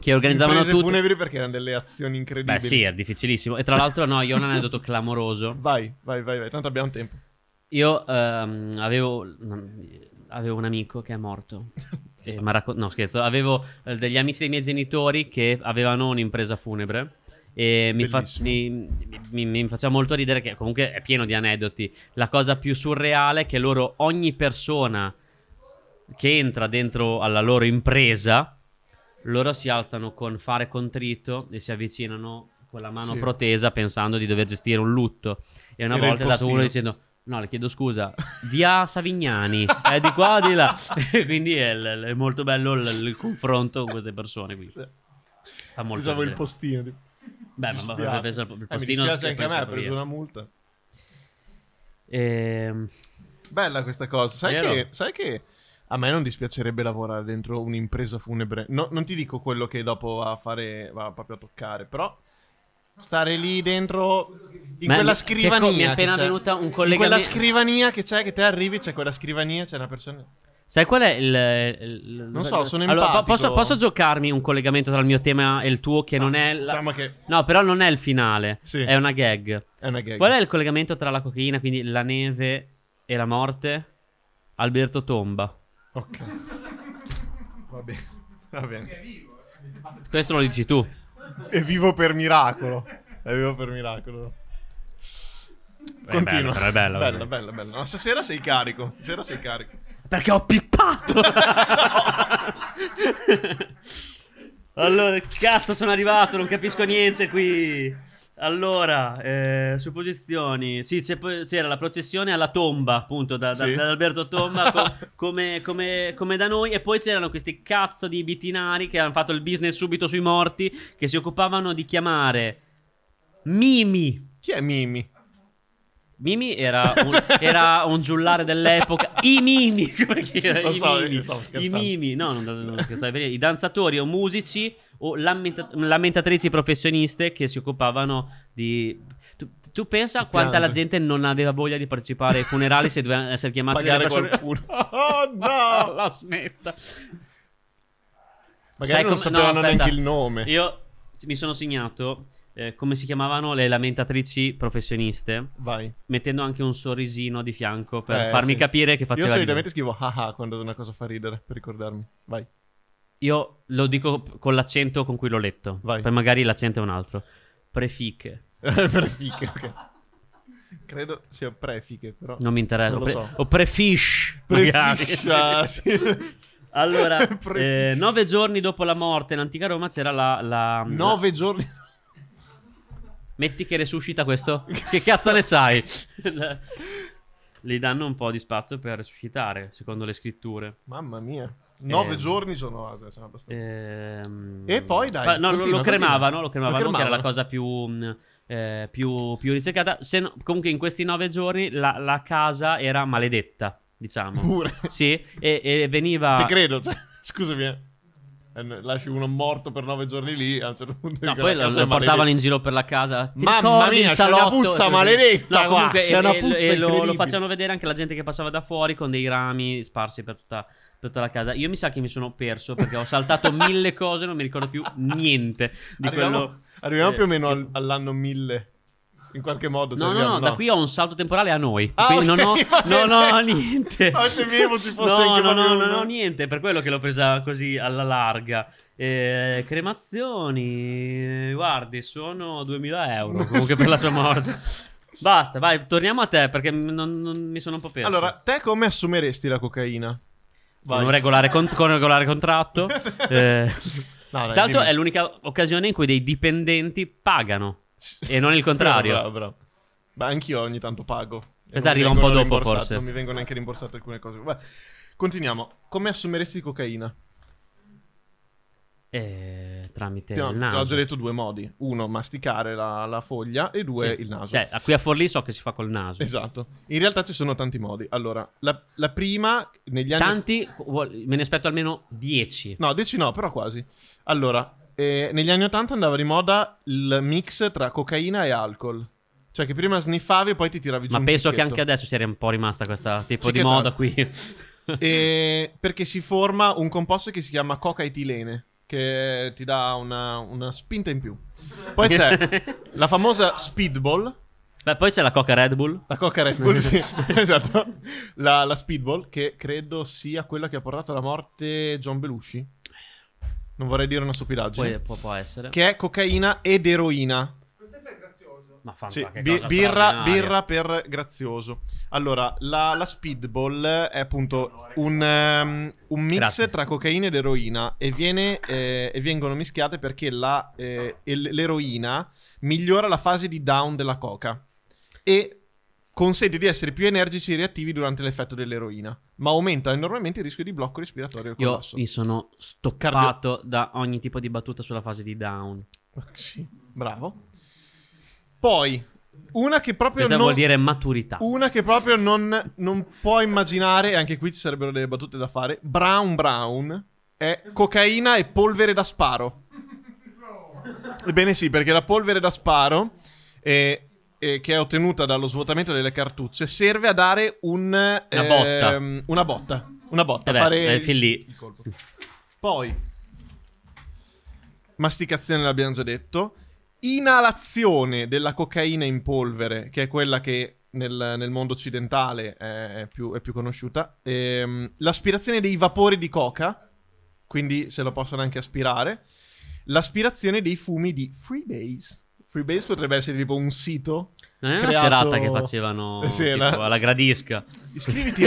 Speaker 3: che organizzavano
Speaker 4: Imprese
Speaker 3: tutto.
Speaker 4: funebri perché erano delle azioni incredibili.
Speaker 3: Beh, sì, eh. è difficilissimo. E tra l'altro, no, io ho un aneddoto clamoroso.
Speaker 4: Vai, vai, vai, vai, tanto abbiamo tempo.
Speaker 3: Io ehm, avevo, avevo un amico che è morto. E m'ha raccon- no, scherzo. Avevo eh, degli amici dei miei genitori che avevano un'impresa funebre. E mi, fa-
Speaker 4: Bellissimo.
Speaker 3: mi- mi- mi- mi faceva molto ridere che comunque è pieno di aneddoti. La cosa più surreale è che loro, ogni persona che entra dentro alla loro impresa, loro si alzano con fare contrito e si avvicinano con la mano
Speaker 4: Sì.
Speaker 3: protesa pensando di dover gestire un lutto. E una
Speaker 4: Era il
Speaker 3: volta è andato uno
Speaker 4: postino.
Speaker 3: dicendo: No, le chiedo scusa, via Savignani, è di qua, di là. Quindi è, l- è molto bello l- il confronto con queste persone. Qui.
Speaker 4: Sì.
Speaker 3: Fa molto
Speaker 4: Usavo il
Speaker 3: ridere.
Speaker 4: postino. Di...
Speaker 3: Beh, ma- ma
Speaker 4: dispiace.
Speaker 3: penso al- il
Speaker 4: Eh,
Speaker 3: postino
Speaker 4: mi
Speaker 3: si-
Speaker 4: dispiace anche a me,
Speaker 3: penso
Speaker 4: ha preso
Speaker 3: via.
Speaker 4: una multa.
Speaker 3: Ehm,
Speaker 4: Bella questa cosa. Sai
Speaker 3: Vero?
Speaker 4: che, sai che a me non dispiacerebbe lavorare dentro un'impresa funebre. No, non ti dico quello che dopo va a fare, va proprio a toccare, però Stare lì dentro in
Speaker 3: Ma
Speaker 4: quella
Speaker 3: mi- che co-
Speaker 4: scrivania.
Speaker 3: mi è appena
Speaker 4: che c'è.
Speaker 3: venuta un
Speaker 4: In
Speaker 3: collegamento-
Speaker 4: quella scrivania che c'è, che te arrivi, c'è quella scrivania, c'è una persona.
Speaker 3: Sai qual è il. il-
Speaker 4: Non so, sono
Speaker 3: allora, po-
Speaker 4: empatico.
Speaker 3: posso, posso giocarmi un collegamento tra il mio tema e il tuo, che non è. La...
Speaker 4: Diciamo che
Speaker 3: No, però non è il finale.
Speaker 4: Sì.
Speaker 3: È una gag.
Speaker 4: è una gag.
Speaker 3: Qual è il collegamento tra la cocaina, quindi la neve e la morte? Alberto Tomba.
Speaker 4: Ok. Va bene. Va bene.
Speaker 3: Questo lo dici tu.
Speaker 4: È vivo per miracolo. È vivo per miracolo.
Speaker 3: bello,
Speaker 4: Continua.
Speaker 3: però è bello,
Speaker 4: bella,
Speaker 3: così.
Speaker 4: bella, bella. No, stasera sei carico. Stasera sei carico.
Speaker 3: Perché ho pippato! allora, cazzo, sono arrivato, non capisco niente qui. Allora, eh, supposizioni. Sì, c'è poi- c'era la processione alla tomba, appunto, da, da-
Speaker 4: Sì.
Speaker 3: da Alberto Tomba, co- come, come- come da noi. E poi c'erano questi cazzo di bitinari che hanno fatto il business subito sui morti, che si occupavano di chiamare Mimi.
Speaker 4: Chi è Mimi?
Speaker 3: Mimi era un, era un giullare dell'epoca. I Mimi, come chi era?
Speaker 4: Lo
Speaker 3: I,
Speaker 4: so,
Speaker 3: mimi.
Speaker 4: io stavo
Speaker 3: I
Speaker 4: scherzando.
Speaker 3: Mimi, no, non, non, non scherzavo, i danzatori o musici o lamenta- lamentatrici professioniste che si occupavano di... Tu, tu pensa a quanta la
Speaker 4: Piange.
Speaker 3: gente non aveva voglia di partecipare ai funerali se dovevano essere chiamate delle
Speaker 4: Pagare
Speaker 3: persone...
Speaker 4: qualcuno. Oh no!
Speaker 3: la smetta.
Speaker 4: Magari non
Speaker 3: come-
Speaker 4: sapevano
Speaker 3: aspetta.
Speaker 4: neanche il nome.
Speaker 3: Io mi sono segnato eh, come si chiamavano le lamentatrici professioniste
Speaker 4: Vai.
Speaker 3: mettendo anche un sorrisino di fianco per
Speaker 4: Eh,
Speaker 3: farmi
Speaker 4: sì.
Speaker 3: capire che
Speaker 4: Io
Speaker 3: faceva
Speaker 4: solitamente
Speaker 3: ridere.
Speaker 4: scrivo haha quando una cosa fa ridere, per ricordarmi. Vai.
Speaker 3: Io lo dico p- con l'accento con cui l'ho letto.
Speaker 4: Vai. Boh.
Speaker 3: Poi magari l'accento è un altro. Prefiche.
Speaker 4: prefiche, ok. Credo sia prefiche, però.
Speaker 3: Non mi interessa.
Speaker 4: Non lo
Speaker 3: Pre-
Speaker 4: so.
Speaker 3: O prefish. magari.
Speaker 4: Prefiscia, sì.
Speaker 3: allora,
Speaker 4: Prefish.
Speaker 3: eh, nove giorni dopo la morte in antica Roma c'era la... la- mm,
Speaker 4: Nove giorni.
Speaker 3: Metti che resuscita questo? Che cazzo ne sai? Gli danno un po' di spazio per resuscitare, secondo le scritture.
Speaker 4: Mamma mia. Nove
Speaker 3: Eh.
Speaker 4: giorni sono, ah, sono abbastanza.
Speaker 3: Ehm,
Speaker 4: E poi, dai,
Speaker 3: fa- no, lo-
Speaker 4: continua,
Speaker 3: lo
Speaker 4: continua.
Speaker 3: cremavano, lo cremavano,
Speaker 4: Lo
Speaker 3: che era la
Speaker 4: cremavano.
Speaker 3: cosa più, mh, eh, più, più ricercata. Se no- comunque in questi nove giorni la, la casa era maledetta, diciamo.
Speaker 4: Pure.
Speaker 3: sì, e, e veniva...
Speaker 4: Ti credo. cioè, scusami. eh. Eh, Lasci uno morto per nove giorni lì. A un certo punto.
Speaker 3: No,
Speaker 4: dico,
Speaker 3: poi
Speaker 4: la
Speaker 3: lo,
Speaker 4: casa
Speaker 3: lo
Speaker 4: è
Speaker 3: portavano
Speaker 4: maledetta.
Speaker 3: in giro per la casa. Ti
Speaker 4: Mamma
Speaker 3: ricordi
Speaker 4: mia,
Speaker 3: il
Speaker 4: c'è una
Speaker 3: salotto?
Speaker 4: puzza maledetta
Speaker 3: No,
Speaker 4: qua,
Speaker 3: comunque,
Speaker 4: c'è
Speaker 3: e-
Speaker 4: una
Speaker 3: e-
Speaker 4: puzza
Speaker 3: e lo, lo
Speaker 4: incredibile.
Speaker 3: facevano vedere anche la gente che passava da fuori con dei rami sparsi per tutta, per tutta la casa. Io mi sa che mi sono perso perché ho saltato mille cose, non mi ricordo più niente di
Speaker 4: Arriviamo,
Speaker 3: quello.
Speaker 4: arriviamo
Speaker 3: eh,
Speaker 4: più o meno al- all'anno mille. In qualche modo. se
Speaker 3: No, no,
Speaker 4: arriviamo,
Speaker 3: no, da qui ho un salto temporale a noi.
Speaker 4: Ah,
Speaker 3: quindi
Speaker 4: ok,
Speaker 3: non, ho,
Speaker 4: va bene.
Speaker 3: non ho niente.
Speaker 4: No, se Mimo ci fosse
Speaker 3: no,
Speaker 4: anche
Speaker 3: no, no,
Speaker 4: proprio
Speaker 3: non
Speaker 4: uno.
Speaker 3: ho niente. Per quello che l'ho presa così alla larga. Eh, cremazioni, eh, guardi, sono 2000 euro comunque per la sua morte. Basta, vai, torniamo a te perché m- non- non- mi sono un po' perso.
Speaker 4: Allora, te come assumeresti la cocaina?
Speaker 3: con un regolare, con- con un regolare contratto. eh.
Speaker 4: No, dai,
Speaker 3: Tra l'altro
Speaker 4: dimmi.
Speaker 3: è l'unica occasione in cui dei dipendenti pagano. e non il contrario.
Speaker 4: Bravo, bravo, bravo. Ma anch'io ogni tanto pago. E
Speaker 3: Questa
Speaker 4: non mi
Speaker 3: arriva un po'
Speaker 4: vengono
Speaker 3: dopo,
Speaker 4: rimborsate-
Speaker 3: forse.
Speaker 4: Non mi vengono neanche rimborsate alcune cose. Vabbè, Continuiamo. Come assumeresti cocaina?
Speaker 3: Eh, tramite
Speaker 4: Ti ho,
Speaker 3: il
Speaker 4: ti
Speaker 3: naso.
Speaker 4: ho già detto due modi. Uno, masticare la, la foglia e due,
Speaker 3: Sì.
Speaker 4: il naso.
Speaker 3: Cioè, a qui a Forlì so che si fa col naso.
Speaker 4: Esatto. In realtà ci sono tanti modi. Allora, la, la prima, negli anni...
Speaker 3: Tanti, vuol- me ne aspetto almeno 10.
Speaker 4: No, dici no, però quasi. Allora, eh, negli anni 80 andava di moda il mix tra cocaina e alcol. Cioè che prima sniffavi e poi ti tiravi giù
Speaker 3: Ma
Speaker 4: un
Speaker 3: penso che
Speaker 4: cicchetto.
Speaker 3: anche adesso sia un po' rimasta questa tipo di
Speaker 4: Cicchetto.
Speaker 3: moda qui.
Speaker 4: E perché si forma un composto che si chiama coca etilene, che ti dà una, una spinta in più. Poi c'è la famosa speedball,
Speaker 3: Beh, poi c'è la Coca Red Bull.
Speaker 4: la coca Red Bull, sì, esatto. La, la speedball, che credo sia quella che ha portato alla morte John Belushi. Non vorrei dire una stupidaggine.
Speaker 3: Poi, eh. può, può essere.
Speaker 4: Che è cocaina ed eroina.
Speaker 3: Ma fa un
Speaker 4: Sì,
Speaker 3: po' che
Speaker 4: bi-
Speaker 3: cosa
Speaker 4: birra,
Speaker 3: straordinaria.
Speaker 4: birra per grazioso. Allora, la, la speedball è appunto un, ehm, un mix
Speaker 3: Grazie.
Speaker 4: tra cocaina ed eroina e, viene, eh, e vengono mischiate perché la, eh, e l- l'eroina migliora la fase di down della coca e consente di essere più energici e reattivi durante l'effetto dell'eroina, ma aumenta enormemente il rischio di blocco respiratorio e
Speaker 3: Io
Speaker 4: collasso.
Speaker 3: mi sono stoppato da ogni tipo di battuta sulla fase di down.
Speaker 4: Sì, bravo. Poi, una che proprio
Speaker 3: Questo
Speaker 4: non...
Speaker 3: vuol dire maturità.
Speaker 4: Una che proprio non, non può immaginare, e anche qui ci sarebbero delle battute da fare. Brown Brown è cocaina e polvere da sparo. Ebbene sì, perché la polvere da sparo, eh, eh, che è ottenuta dallo svuotamento delle cartucce, serve a dare un, ehm,
Speaker 3: botta.
Speaker 4: Una botta. Una botta.
Speaker 3: Vabbè,
Speaker 4: fare
Speaker 3: eh, fin lì.
Speaker 4: il colpo. Poi, masticazione l'abbiamo già detto. Inalazione della cocaina in polvere, che è quella che nel, nel mondo occidentale è più, è più conosciuta. Ehm, l'aspirazione dei vapori di coca, quindi se lo possono anche aspirare. L'aspirazione dei fumi di Freebase. Freebase potrebbe essere tipo un sito.
Speaker 3: Non è una
Speaker 4: creato-
Speaker 3: Eh? serata che facevano
Speaker 4: Eh sì,
Speaker 3: tipo,
Speaker 4: la-
Speaker 3: alla gradisca.
Speaker 4: Iscriviti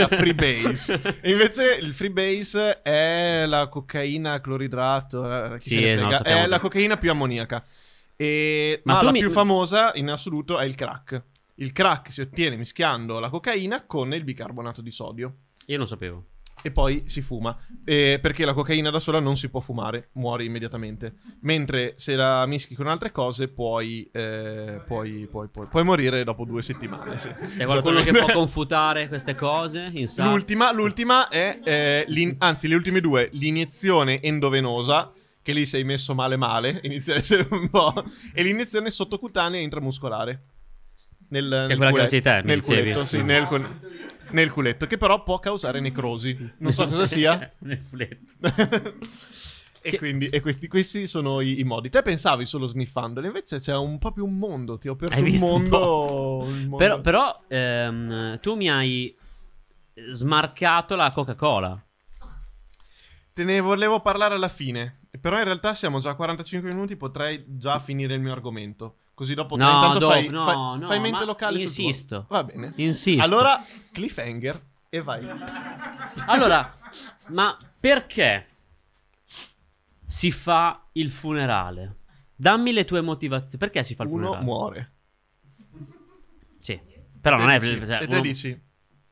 Speaker 4: a Freebase. e invece il Freebase è la cocaina cloridrato. eh, chi
Speaker 3: Sì,
Speaker 4: se ne
Speaker 3: no,
Speaker 4: frega.
Speaker 3: sappiamo
Speaker 4: è
Speaker 3: che-
Speaker 4: la cocaina più ammoniaca. E-
Speaker 3: Ma
Speaker 4: Ma,
Speaker 3: tu
Speaker 4: la
Speaker 3: mi-
Speaker 4: più famosa in assoluto è il crack. Il crack si ottiene mischiando la cocaina con il bicarbonato di sodio.
Speaker 3: Io non sapevo.
Speaker 4: E poi si fuma. Eh, perché la cocaina da sola non si può fumare, muori immediatamente. Mentre se la mischi con altre cose puoi, eh, puoi, puoi- puoi- puoi morire dopo due settimane. sì.
Speaker 3: C'è qualcuno che
Speaker 4: Esattamente.
Speaker 3: può confutare queste cose? In sala?
Speaker 4: Esatto. L'ultima, l'ultima è, eh, l'in- anzi, le ultime due, l'iniezione endovenosa, che lì sei messo male male, inizia ad essere un po', e l'iniezione sottocutanea intramuscolare. Nel, nel
Speaker 3: quella che
Speaker 4: culetto-
Speaker 3: sei te, mi
Speaker 4: nel
Speaker 3: dicevi.
Speaker 4: culetto, sì, nel, cul- nel culetto, che però può causare necrosi. Non so cosa sia.
Speaker 3: Nel culetto.
Speaker 4: e
Speaker 3: Che-
Speaker 4: quindi e questi, questi sono i, i modi. Te pensavi solo sniffandoli, invece c'è un, proprio un mondo, ti ho aperto
Speaker 3: Hai
Speaker 4: un,
Speaker 3: visto un
Speaker 4: mondo, un mondo.
Speaker 3: Però, però, ehm, tu mi hai smarcato la Coca-Cola.
Speaker 4: Te ne volevo parlare alla fine. Però in realtà siamo già a 45 minuti, potrei già finire il mio argomento. Così dopo
Speaker 3: No,
Speaker 4: intanto
Speaker 3: dopo,
Speaker 4: fai,
Speaker 3: no,
Speaker 4: fai-
Speaker 3: no,
Speaker 4: fai mente
Speaker 3: ma
Speaker 4: locale sul tuo.
Speaker 3: insisto.
Speaker 4: Va bene.
Speaker 3: Insisto.
Speaker 4: Allora, cliffhanger e vai.
Speaker 3: Allora, ma perché si fa il funerale? Dammi le tue motivazioni. Perché si fa il
Speaker 4: Uno
Speaker 3: funerale?
Speaker 4: muore.
Speaker 3: Sì. Però non è...
Speaker 4: Te dici-
Speaker 3: cioè,
Speaker 4: e te
Speaker 3: uno-
Speaker 4: dici...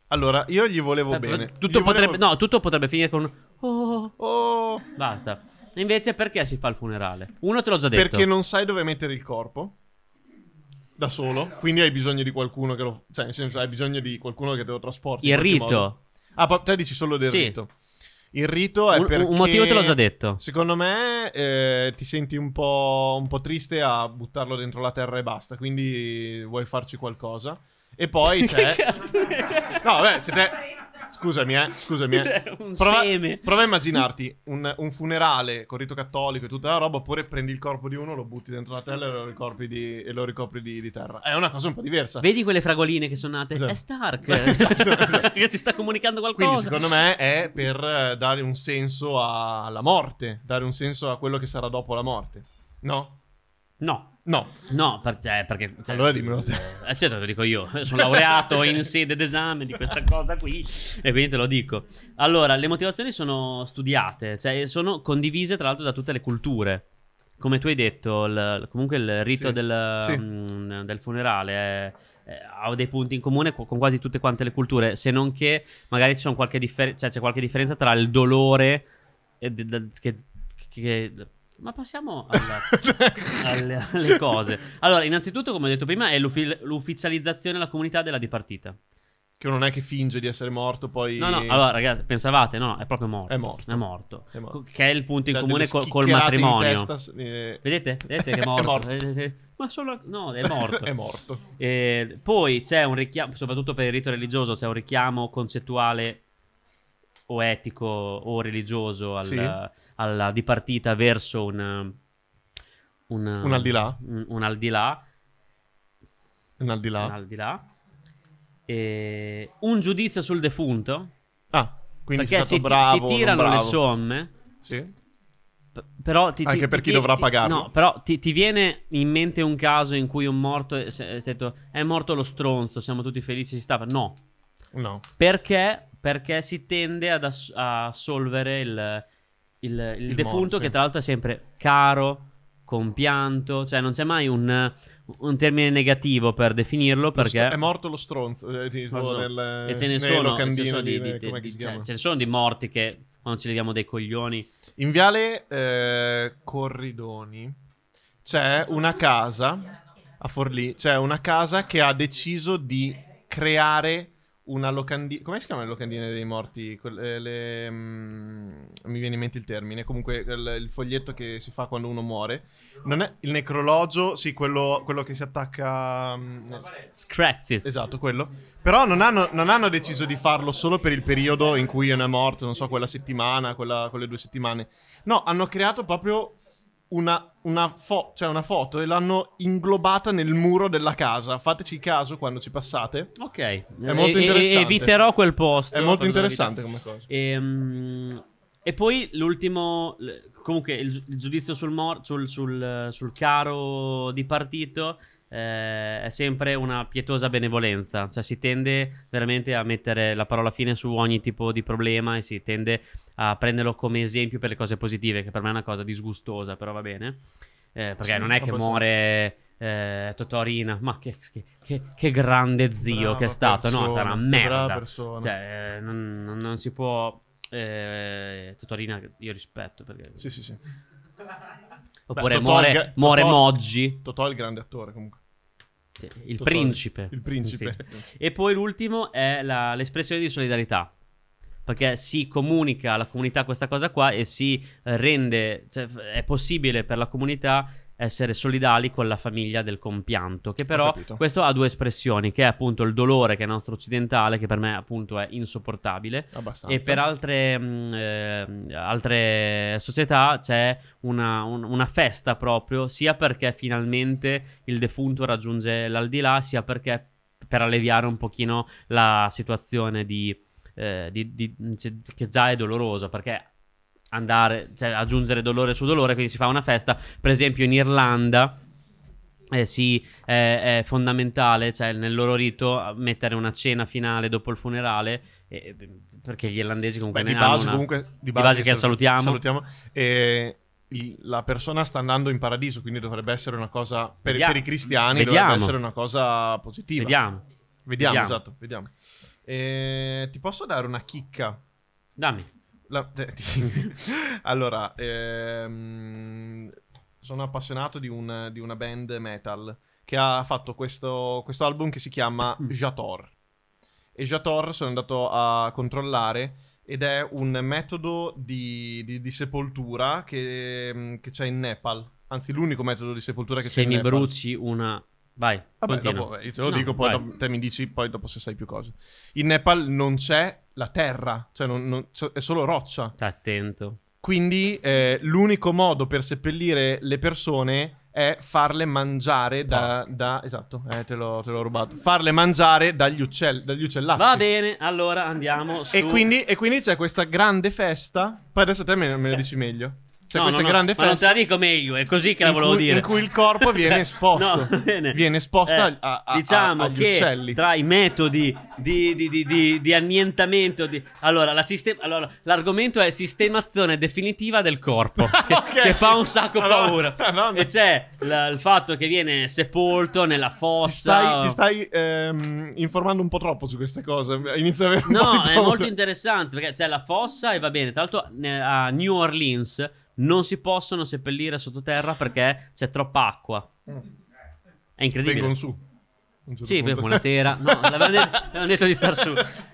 Speaker 4: Allora, io gli volevo
Speaker 3: Eh,
Speaker 4: bene.
Speaker 3: Tutto
Speaker 4: Gli
Speaker 3: potrebbe...
Speaker 4: volevo-
Speaker 3: No, tutto potrebbe finire con... Oh,
Speaker 4: Oh,
Speaker 3: basta. Invece perché si fa il funerale? Uno te l'ho già detto.
Speaker 4: perché non sai dove mettere il corpo. Da solo. Quindi hai bisogno di qualcuno che lo... Cioè, nel senso, hai bisogno di qualcuno che te lo trasporti. in
Speaker 3: Il
Speaker 4: qualche
Speaker 3: rito.
Speaker 4: modo. Ah, pa- te dici solo del
Speaker 3: Sì.
Speaker 4: rito. Il rito è
Speaker 3: Un- un
Speaker 4: perché...
Speaker 3: motivo te l'ho già detto.
Speaker 4: Secondo me eh, ti senti un po', un po' triste a buttarlo dentro la terra e basta, quindi vuoi farci qualcosa. E poi c'è... no, vabbè, se te... Scusami, eh, scusami. eh.
Speaker 3: Cioè, Un
Speaker 4: Prova,
Speaker 3: seme.
Speaker 4: prova a immaginarti un, un funerale con rito cattolico e tutta la roba, oppure prendi il corpo di uno, lo butti dentro la terra e lo ricopri di, e lo ricopri di- di terra. È una cosa un po' diversa.
Speaker 3: Vedi quelle fragoline che sono nate?
Speaker 4: Esatto.
Speaker 3: È Stark.
Speaker 4: Esatto, esatto.
Speaker 3: che si sta comunicando qualcosa.
Speaker 4: Quindi secondo me è per eh, dare un senso a- alla morte, dare un senso a quello che sarà dopo la morte. No?
Speaker 3: No.
Speaker 4: No.
Speaker 3: No, per- eh, perché... cioè-
Speaker 4: Allora dimmelo te.
Speaker 3: Eh, certo, te lo dico io. Sono laureato in sede d'esame di questa cosa qui. E quindi te lo dico. Allora, le motivazioni sono studiate, cioè sono condivise tra l'altro da tutte le culture. Come tu hai detto, il- comunque il rito
Speaker 4: Sì,
Speaker 3: del,
Speaker 4: sì.
Speaker 3: mm, del funerale è- è- ha dei punti in comune co- con quasi tutte quante le culture, se non che magari ci sono qualche differ- cioè, c'è qualche differenza tra il dolore e d- d- che, che- Ma passiamo alla, alle, alle cose. Allora, innanzitutto, come ho detto prima, è l'uffi- l'ufficializzazione alla comunità della dipartita.
Speaker 4: Che non è che finge di essere morto, poi...
Speaker 3: No, no, allora ragazzi, pensavate, no, no, è proprio morto.
Speaker 4: È morto.
Speaker 3: È morto.
Speaker 4: È morto.
Speaker 3: Co- Che è il punto in
Speaker 4: Da
Speaker 3: comune
Speaker 4: delle
Speaker 3: col, col
Speaker 4: schicchierate in
Speaker 3: matrimonio.
Speaker 4: testa, eh,
Speaker 3: Vedete? Vedete che è
Speaker 4: È
Speaker 3: morto.
Speaker 4: morto.
Speaker 3: Vedete? Ma solo... No, è morto.
Speaker 4: è morto.
Speaker 3: Eh, poi c'è un richiamo, soprattutto per il rito religioso, c'è un richiamo concettuale o etico o religioso al-
Speaker 4: Sì.
Speaker 3: alla dipartita verso un, un,
Speaker 4: Un al di là.
Speaker 3: Un, un al di là.
Speaker 4: Un al di là.
Speaker 3: un al di là. Eh, un giudizio sul defunto.
Speaker 4: Ah, quindi
Speaker 3: perché
Speaker 4: sei
Speaker 3: si,
Speaker 4: stato
Speaker 3: ti-
Speaker 4: bravo,
Speaker 3: si
Speaker 4: non
Speaker 3: tirano le
Speaker 4: bravo.
Speaker 3: somme.
Speaker 4: Sì.
Speaker 3: P- Però ti, ti-
Speaker 4: Anche per
Speaker 3: ti-
Speaker 4: chi dovrà
Speaker 3: ti-
Speaker 4: pagarlo.
Speaker 3: No, però ti, ti viene in mente un caso in cui un morto è, è stato è morto lo stronzo, siamo tutti felici, si stava. No,
Speaker 4: No.
Speaker 3: perché? Perché si tende ad ass- a solvere il, il- il
Speaker 4: Il
Speaker 3: defunto,
Speaker 4: morto, sì.
Speaker 3: che tra l'altro è sempre caro, compianto, cioè non c'è mai un, un termine negativo per definirlo.
Speaker 4: Lo sto-
Speaker 3: Perché
Speaker 4: è morto lo stronzo. eh, tipo,
Speaker 3: Lo so.
Speaker 4: nel,
Speaker 3: e ce ne sono, e
Speaker 4: nelle
Speaker 3: ce ne
Speaker 4: locandine
Speaker 3: sono di,
Speaker 4: di-
Speaker 3: di- di-
Speaker 4: com'è che si
Speaker 3: cioè,
Speaker 4: chiama?
Speaker 3: ce ne sono di morti che quando ci leviamo dei coglioni.
Speaker 4: In viale eh, Corridoni c'è una casa a Forlì, c'è una casa che ha deciso di creare una locandina. Come si chiamano le locandine dei morti? Quelle- le, mm, mi viene in mente il termine. Comunque, il, il foglietto che si fa quando uno muore. Non è il necrologio, sì, quello, quello che si attacca. mm,
Speaker 3: Scraxis.
Speaker 4: Esatto, quello. Però non hanno, non hanno deciso di farlo solo per il periodo in cui uno è morto, non so, quella settimana, quella- quelle due settimane. No, hanno creato proprio una, una fo- cioè una foto e l'hanno inglobata nel muro della casa. Fateci caso quando ci passate.
Speaker 3: Ok. È
Speaker 4: molto interessante.
Speaker 3: eviterò quel posto.
Speaker 4: È molto
Speaker 3: per la
Speaker 4: interessante
Speaker 3: vita.
Speaker 4: come cosa.
Speaker 3: Ehm, E, poi l'ultimo. l- Comunque il, gi- il giudizio sul, mor- sul, sul- sul caro di partito. eh, è sempre una pietosa benevolenza, cioè si tende veramente a mettere la parola fine su ogni tipo di problema e si tende a prenderlo come esempio per le cose positive, che per me è una cosa disgustosa, però va bene. Eh, perché
Speaker 4: Sì,
Speaker 3: non è che
Speaker 4: abbastanza.
Speaker 3: muore eh, Totorina, ma che, che- che- che grande zio
Speaker 4: Brava
Speaker 3: che è stato, no? Sarà una
Speaker 4: persona,
Speaker 3: merda.
Speaker 4: brava persona.
Speaker 3: Cioè, eh, non, non- non si può. eh, Totorina, io rispetto. Perché...
Speaker 4: Sì, sì, sì.
Speaker 3: Oppure
Speaker 4: Beh, Totò
Speaker 3: muore,
Speaker 4: il ga-
Speaker 3: muore
Speaker 4: Totò-
Speaker 3: Moggi,
Speaker 4: Totò è il grande attore comunque.
Speaker 3: Sì, il,
Speaker 4: Totò-
Speaker 3: principe.
Speaker 4: Il principe.
Speaker 3: E poi l'ultimo è la- l'espressione di solidarietà. Perché si comunica alla comunità questa cosa qua e si eh, rende, cioè, f- è possibile per la comunità essere solidali con la famiglia del compianto. Che
Speaker 4: Ho
Speaker 3: però
Speaker 4: capito.
Speaker 3: questo ha due espressioni, che è appunto il dolore che è nostro occidentale, che per me appunto è insopportabile,
Speaker 4: Abbastanza.
Speaker 3: e per altre, mh, ehm, altre società c'è una, un- una festa proprio, sia perché finalmente il defunto raggiunge l'aldilà, sia perché per alleviare un pochino la situazione di, eh, di- di- c- che già è dolorosa, perché andare, cioè, aggiungere dolore su dolore, quindi si fa una festa, per esempio in Irlanda. eh, si, eh, è fondamentale, cioè, nel loro rito, mettere una cena finale dopo il funerale eh, perché gli irlandesi comunque
Speaker 4: Beh,
Speaker 3: ne
Speaker 4: di
Speaker 3: hanno
Speaker 4: base,
Speaker 3: una-
Speaker 4: comunque,
Speaker 3: di base che
Speaker 4: sal-
Speaker 3: salutiamo.
Speaker 4: salutiamo. E il- la persona sta andando in paradiso, quindi dovrebbe essere una cosa per,
Speaker 3: Vediamo.
Speaker 4: per i cristiani,
Speaker 3: Vediamo.
Speaker 4: dovrebbe essere una cosa positiva.
Speaker 3: Vediamo.
Speaker 4: Vediamo,
Speaker 3: Vediamo.
Speaker 4: esatto, vediamo. E ti posso dare una chicca?
Speaker 3: Dammi.
Speaker 4: La- te- ti- allora, ehm, sono appassionato di, un- di una band metal che ha fatto questo, questo album che si chiama Jator. E Jator sono andato a controllare ed è un metodo di, di- di sepoltura che, che c'è in Nepal. Anzi, l'unico metodo di sepoltura che
Speaker 3: Se
Speaker 4: c'è in
Speaker 3: mi
Speaker 4: Nepal.
Speaker 3: bruci una... Vai,
Speaker 4: Vabbè,
Speaker 3: continua.
Speaker 4: dopo, eh. io te lo
Speaker 3: No,
Speaker 4: dico, poi
Speaker 3: vai.
Speaker 4: dopo- te mi dici poi dopo se sai più cose. In Nepal non c'è la terra, cioè non- non- c'è- è solo roccia.
Speaker 3: Sta attento.
Speaker 4: Quindi eh, l'unico modo per seppellire le persone è farle mangiare
Speaker 3: Ah.
Speaker 4: da... da- esatto, eh, te, l'ho, te l'ho rubato. Farle mangiare dagli, uccell- dagli uccellacci.
Speaker 3: Va bene, allora andiamo su...
Speaker 4: Ah, E quindi, e quindi c'è questa grande festa. Poi adesso te me, me lo dici meglio. C'è
Speaker 3: No,
Speaker 4: Cioè, questa
Speaker 3: no, no,
Speaker 4: grande
Speaker 3: Ma non te
Speaker 4: festa.
Speaker 3: la dico meglio, è così che la
Speaker 4: in
Speaker 3: volevo
Speaker 4: cui-
Speaker 3: dire. Eh,
Speaker 4: in cui il corpo viene esposto.
Speaker 3: No, bene.
Speaker 4: Viene esposto
Speaker 3: Eh,
Speaker 4: a- a-
Speaker 3: diciamo
Speaker 4: a- agli
Speaker 3: che
Speaker 4: uccelli.
Speaker 3: tra i metodi di, di- di- di- di annientamento. di- Allora, la sistem- allora, l'argomento è sistemazione definitiva del corpo, che,
Speaker 4: Ok.
Speaker 3: che fa un sacco
Speaker 4: Madonna,
Speaker 3: paura.
Speaker 4: madonna.
Speaker 3: E c'è la- il fatto che viene sepolto nella
Speaker 4: Ti
Speaker 3: fossa.
Speaker 4: stai, ti stai, ehm, informando un po' troppo su queste cose. Inizia a avere un po' di
Speaker 3: No, è
Speaker 4: paura.
Speaker 3: molto interessante perché c'è la fossa e va bene. Tra l'altro, ne- a New Orleans non si possono seppellire sottoterra perché c'è troppa acqua. È incredibile.
Speaker 4: Vengono su. A un certo
Speaker 3: Sì, beh,
Speaker 4: punto.
Speaker 3: buonasera. No, l'avevano de- avevano detto di star su.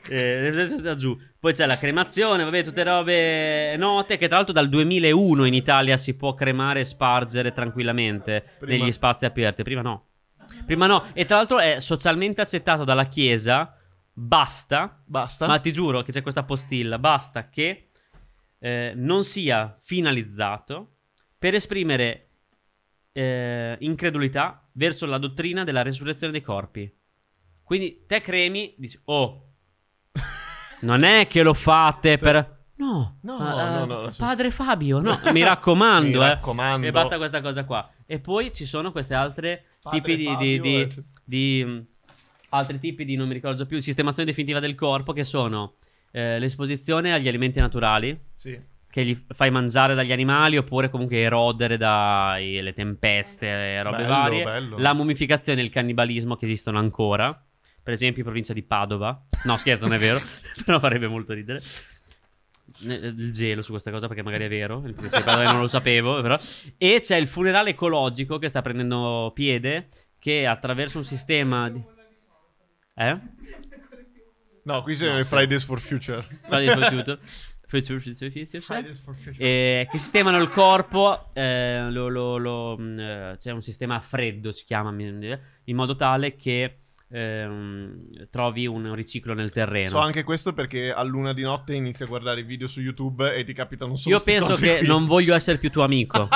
Speaker 3: Eh, l'avevano detto di star giù. Poi c'è la cremazione, vabbè, tutte robe note. Che tra l'altro dal 2001 in Italia si può cremare e spargere tranquillamente
Speaker 4: Prima-
Speaker 3: negli spazi aperti. Prima no. Prima no. E tra l'altro è socialmente accettato dalla Chiesa. Basta.
Speaker 4: Basta.
Speaker 3: Ma ti giuro che c'è questa postilla. Basta che eh, non sia finalizzato per esprimere eh, incredulità verso la dottrina della resurrezione dei corpi. Quindi te cremi, dici, oh, non è che lo fate per... No,
Speaker 4: No,
Speaker 3: ma,
Speaker 4: no,
Speaker 3: eh,
Speaker 4: no, adesso-
Speaker 3: padre Fabio, no, mi raccomando,
Speaker 4: Mi
Speaker 3: eh.
Speaker 4: raccomando.
Speaker 3: E basta questa cosa qua. E poi ci sono questi altri
Speaker 4: Padre
Speaker 3: tipi di... di-
Speaker 4: Fabio,
Speaker 3: di-
Speaker 4: eh, sì.
Speaker 3: di, mh, altri tipi di, non mi ricordo già più, sistemazione definitiva del corpo, che sono eh, l'esposizione agli alimenti naturali,
Speaker 4: Sì.
Speaker 3: che gli fai mangiare dagli animali oppure comunque erodere dalle tempeste e robe
Speaker 4: Bello,
Speaker 3: varie.
Speaker 4: bello.
Speaker 3: La mummificazione e il cannibalismo che esistono ancora. Per esempio in provincia di Padova. No, scherzo, non è vero. però farebbe molto ridere. Ne- eh, Il gelo su questa cosa perché magari è vero. In provincia di Padova non lo sapevo, però. E c'è il funerale ecologico che sta prendendo piede che attraverso un sistema di... Eh?
Speaker 4: No, qui sono i Fridays for Future.
Speaker 3: Fridays for Future. Future, future, future, future.
Speaker 4: for Future.
Speaker 3: Eh, che sistemano il corpo, eh, lo- lo- lo, mh, eh, c'è un sistema a freddo, si chiama, mi- in modo tale che ehm, trovi un riciclo nel terreno.
Speaker 4: So anche questo perché a luna di notte inizi a guardare i video su YouTube e ti capitano solo
Speaker 3: Io
Speaker 4: ste
Speaker 3: penso
Speaker 4: cose
Speaker 3: che
Speaker 4: qui.
Speaker 3: non voglio essere più tuo amico.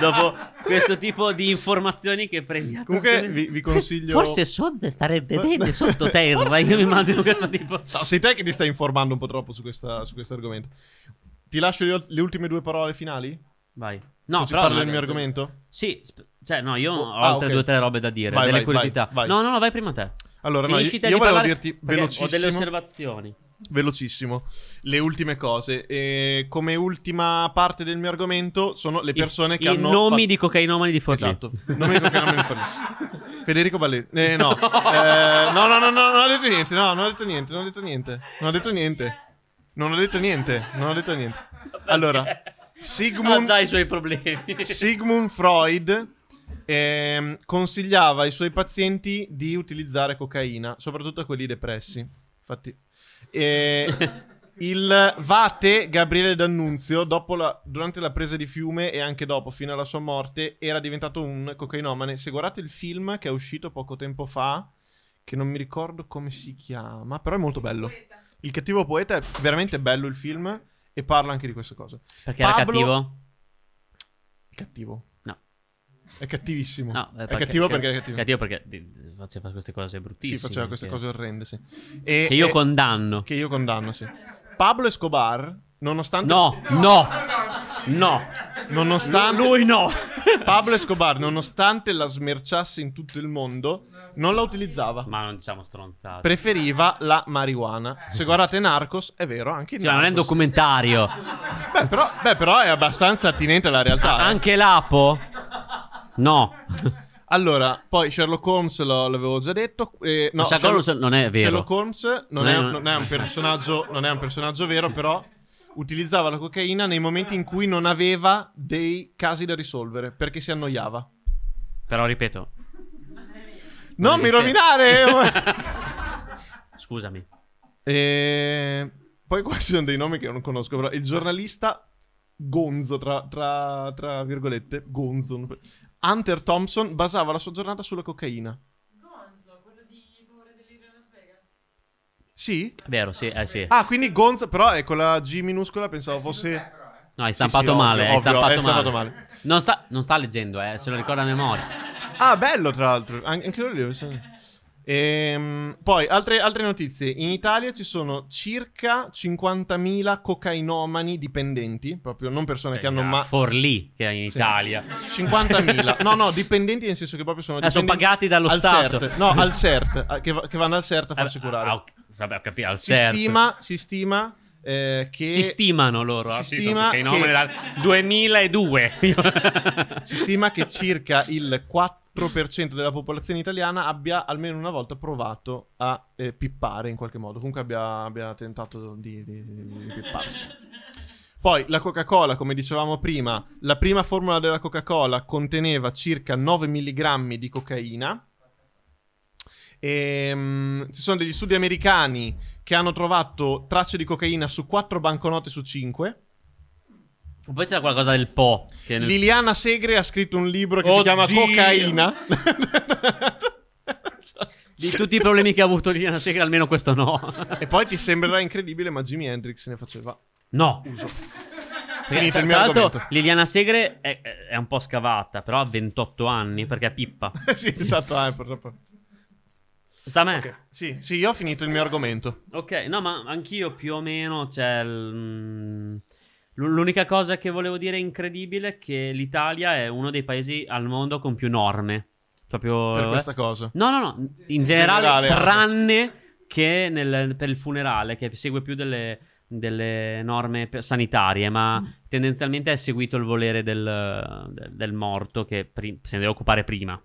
Speaker 3: dopo questo tipo di informazioni che prendi a
Speaker 4: Comunque
Speaker 3: tutte-
Speaker 4: vi, vi consiglio...
Speaker 3: Forse Sozze starebbe
Speaker 4: Forse-
Speaker 3: bene sottoterra.
Speaker 4: Forse-
Speaker 3: Io mi immagino questo tipo.
Speaker 4: No, sei te che ti stai informando un po' troppo su, questa- su questo argomento. Ti lascio le, le ultime due parole finali?
Speaker 3: Vai. No,
Speaker 4: Così
Speaker 3: però.
Speaker 4: parlo
Speaker 3: no,
Speaker 4: del mio
Speaker 3: no,
Speaker 4: argomento?
Speaker 3: Sì, sp- cioè, no, io ho
Speaker 4: Ah,
Speaker 3: altre
Speaker 4: ok.
Speaker 3: due o tre robe da dire.
Speaker 4: Vai,
Speaker 3: delle
Speaker 4: vai,
Speaker 3: curiosità.
Speaker 4: vai, vai.
Speaker 3: No, no, no, vai prima te.
Speaker 4: Allora, no, io,
Speaker 3: Finisci te
Speaker 4: io
Speaker 3: di
Speaker 4: volevo
Speaker 3: parlare
Speaker 4: dirti
Speaker 3: perché Ho delle
Speaker 4: velocissimo,
Speaker 3: osservazioni.
Speaker 4: velocissimo le ultime cose. E come ultima parte del mio argomento sono le persone
Speaker 3: I,
Speaker 4: che
Speaker 3: i
Speaker 4: hanno...
Speaker 3: nomi
Speaker 4: fatto-
Speaker 3: di cocainomani di Forlì.
Speaker 4: Esatto, nomi di cocainomani di Forlì. Federico Ballerini. Eh, no. Eh, no, no, no, no, non ho detto niente, no, non ho detto niente, non ho detto niente, non ho detto niente, non ho detto niente, non ho detto niente. Allora,
Speaker 3: Ha
Speaker 4: Sigmund...
Speaker 3: Ah, già i suoi problemi.
Speaker 4: Sigmund Freud ehm, consigliava ai suoi pazienti di utilizzare cocaina, soprattutto a quelli depressi. Infatti, eh, il Vate Gabriele D'Annunzio, dopo la- durante la presa di fiume e anche dopo, fino alla sua morte, era diventato un cocainomane. Se guardate il film che è uscito poco tempo fa, che non mi ricordo come si chiama, però è molto bello. Il cattivo poeta è veramente bello il film e parla anche di queste cose.
Speaker 3: Perché era
Speaker 4: Pablo-
Speaker 3: cattivo?
Speaker 4: Cattivo.
Speaker 3: No.
Speaker 4: È cattivissimo.
Speaker 3: No, eh,
Speaker 4: è cattivo perché è cattivo.
Speaker 3: Cattivo perché di- faceva queste cose bruttissime.
Speaker 4: Sì, faceva queste
Speaker 3: che-
Speaker 4: cose orrende, sì. E-
Speaker 3: Che io
Speaker 4: e-
Speaker 3: condanno.
Speaker 4: che io condanno, sì. Pablo Escobar, nonostante...
Speaker 3: No, no, no.
Speaker 4: Nonostante...
Speaker 3: Lui no.
Speaker 4: Pablo Escobar, nonostante la smerciasse in tutto il mondo, non la utilizzava.
Speaker 3: Ma non siamo stronzati.
Speaker 4: Preferiva la marijuana. Se guardate Narcos, è vero, anche in
Speaker 3: Sì, ma non è un
Speaker 4: Narcos.
Speaker 3: documentario.
Speaker 4: beh, però, beh, però è abbastanza attinente alla realtà. eh.
Speaker 3: Anche l'apo? No.
Speaker 4: Allora, poi Sherlock Holmes lo- l'avevo già detto. eh, no,
Speaker 3: Sherlock Holmes non è vero.
Speaker 4: Sherlock Holmes non,
Speaker 3: Non
Speaker 4: è,
Speaker 3: è-
Speaker 4: non è un personaggio, non è un personaggio vero, però utilizzava la cocaina nei momenti in cui non aveva dei casi da risolvere perché si annoiava.
Speaker 3: Però ripeto,
Speaker 4: Non mi
Speaker 3: esiste.
Speaker 4: rovinare!
Speaker 3: scusami.
Speaker 4: e... Poi qua ci sono dei nomi che non conosco, però il giornalista Gonzo, tra, tra- tra virgolette, Gonzo. non- Hunter Thompson basava la sua giornata sulla cocaina.
Speaker 5: Gonzo, quello di Paura dell'Irlanda Las Vegas.
Speaker 4: Sì?
Speaker 3: Vero, sì, eh sì.
Speaker 4: Ah, quindi Gonzo, però è con la G minuscola,
Speaker 5: Eh
Speaker 4: pensavo fosse...
Speaker 3: No, hai
Speaker 4: Sì, sì,
Speaker 3: stampato
Speaker 4: ovvio,
Speaker 3: male. hai
Speaker 4: ovvio,
Speaker 3: stampato,
Speaker 4: è stampato male.
Speaker 3: Non, sta, non sta leggendo, eh, se lo ricorda a memoria.
Speaker 4: Ah, bello tra l'altro. An- anche loro li ho visti. Ehm, poi altre, altre notizie. In Italia ci sono circa 50.000 cocainomani dipendenti, proprio non
Speaker 3: Eh,
Speaker 4: persone che hanno ma
Speaker 3: Forlì, che è in
Speaker 4: Sì.
Speaker 3: Italia.
Speaker 4: 50.000. No, no, dipendenti nel senso che proprio sono
Speaker 3: Eh, sono
Speaker 4: dipendenti
Speaker 3: pagati dallo
Speaker 4: al
Speaker 3: Stato.
Speaker 4: CERT. No, al CERT, a- che, va- che vanno al CERT a farsi curare.
Speaker 3: Ah, ok, vabbè, ho capito, al
Speaker 4: si,
Speaker 3: CERT.
Speaker 4: stima, si stima eh, che
Speaker 3: Si stimano loro.
Speaker 4: Si
Speaker 3: ah, sì, sono-
Speaker 4: stima
Speaker 3: perché i nomi
Speaker 4: che-
Speaker 3: dal 2002.
Speaker 4: si stima che circa il 4% della popolazione italiana abbia almeno una volta provato a eh, pippare in qualche modo, comunque abbia, abbia tentato di, di- di pipparsi. Poi la Coca-Cola, come dicevamo prima, la prima formula della Coca-Cola conteneva circa 9 mg di cocaina. Ehm, ci sono degli studi americani che hanno trovato tracce di cocaina su 4 banconote su 5.
Speaker 3: Poi c'era qualcosa del Po. Che nel-
Speaker 4: Liliana Segre ha scritto un libro che si
Speaker 3: Oddio.
Speaker 4: chiama Cocaina.
Speaker 3: Di tutti i problemi che ha avuto Liliana Segre, almeno questo no.
Speaker 4: e poi ti sembrerà incredibile, ma Jimi Hendrix ne faceva.
Speaker 3: No. Perché,
Speaker 4: Finito
Speaker 3: Eh, tra-
Speaker 4: il mio
Speaker 3: tra l'altro,
Speaker 4: argomento.
Speaker 3: Liliana Segre è, è un po' scavata, però ha 28 anni perché è pippa.
Speaker 4: sì, esatto, ah, purtroppo.
Speaker 3: Sta a me.
Speaker 4: Ok, Sì, sì, io ho finito il mio argomento.
Speaker 3: Ok, no, ma anch'io più o meno. Cioè, l- mm, l- l'unica cosa che volevo dire incredibile è che l'Italia è uno dei paesi al mondo con più norme. Proprio
Speaker 4: per
Speaker 3: eh.
Speaker 4: questa cosa.
Speaker 3: No, no, no. In generale,
Speaker 4: generale, eh. anche.
Speaker 3: tranne che nel- per il funerale, che segue più delle, delle norme per- sanitarie, ma tendenzialmente è seguito il volere del, del- del morto che pri- se ne deve occupare prima.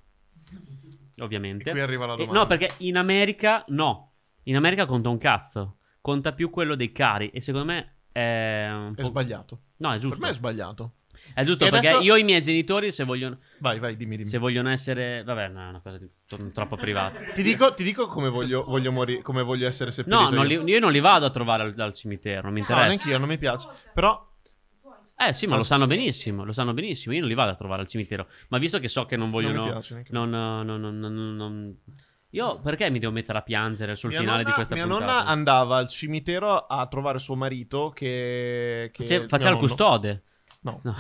Speaker 3: Ovviamente.
Speaker 4: E qui arriva la
Speaker 3: Eh,
Speaker 4: domanda.
Speaker 3: no, perché in America no. In America conta un cazzo. Conta più quello dei cari. E secondo me è un
Speaker 4: È
Speaker 3: po'-
Speaker 4: sbagliato.
Speaker 3: No, è
Speaker 4: Per me
Speaker 3: giusto.
Speaker 4: è sbagliato.
Speaker 3: È giusto
Speaker 4: E
Speaker 3: perché
Speaker 4: adesso-
Speaker 3: io e i miei genitori, se vogliono,
Speaker 4: Vai, vai, dimmi, dimmi.
Speaker 3: se vogliono essere. Vabbè, no, è una cosa di- to- troppo privata.
Speaker 4: Ti dico, ti dico come voglio, voglio morire, come voglio essere seppellito.
Speaker 3: No, non
Speaker 4: io.
Speaker 3: li- io non li vado a trovare al, al cimitero, non mi
Speaker 4: No,
Speaker 3: interessa.
Speaker 4: neanche io, non mi piace. Però,
Speaker 3: Eh sì, ma lo sanno benissimo, lo sanno benissimo. Io non li vado a trovare al cimitero. Ma visto che so che non vogliono.
Speaker 4: mi piace neanche a
Speaker 3: non, no, no, no, no, no, no. Io perché mi devo mettere a piangere sul
Speaker 4: mia
Speaker 3: finale
Speaker 4: nonna,
Speaker 3: di questa
Speaker 4: mia
Speaker 3: puntata?
Speaker 4: nonna andava al cimitero a trovare suo marito che... che
Speaker 3: Se-
Speaker 4: mio
Speaker 3: faceva il
Speaker 4: nonno.
Speaker 3: custode.
Speaker 4: No.
Speaker 3: No.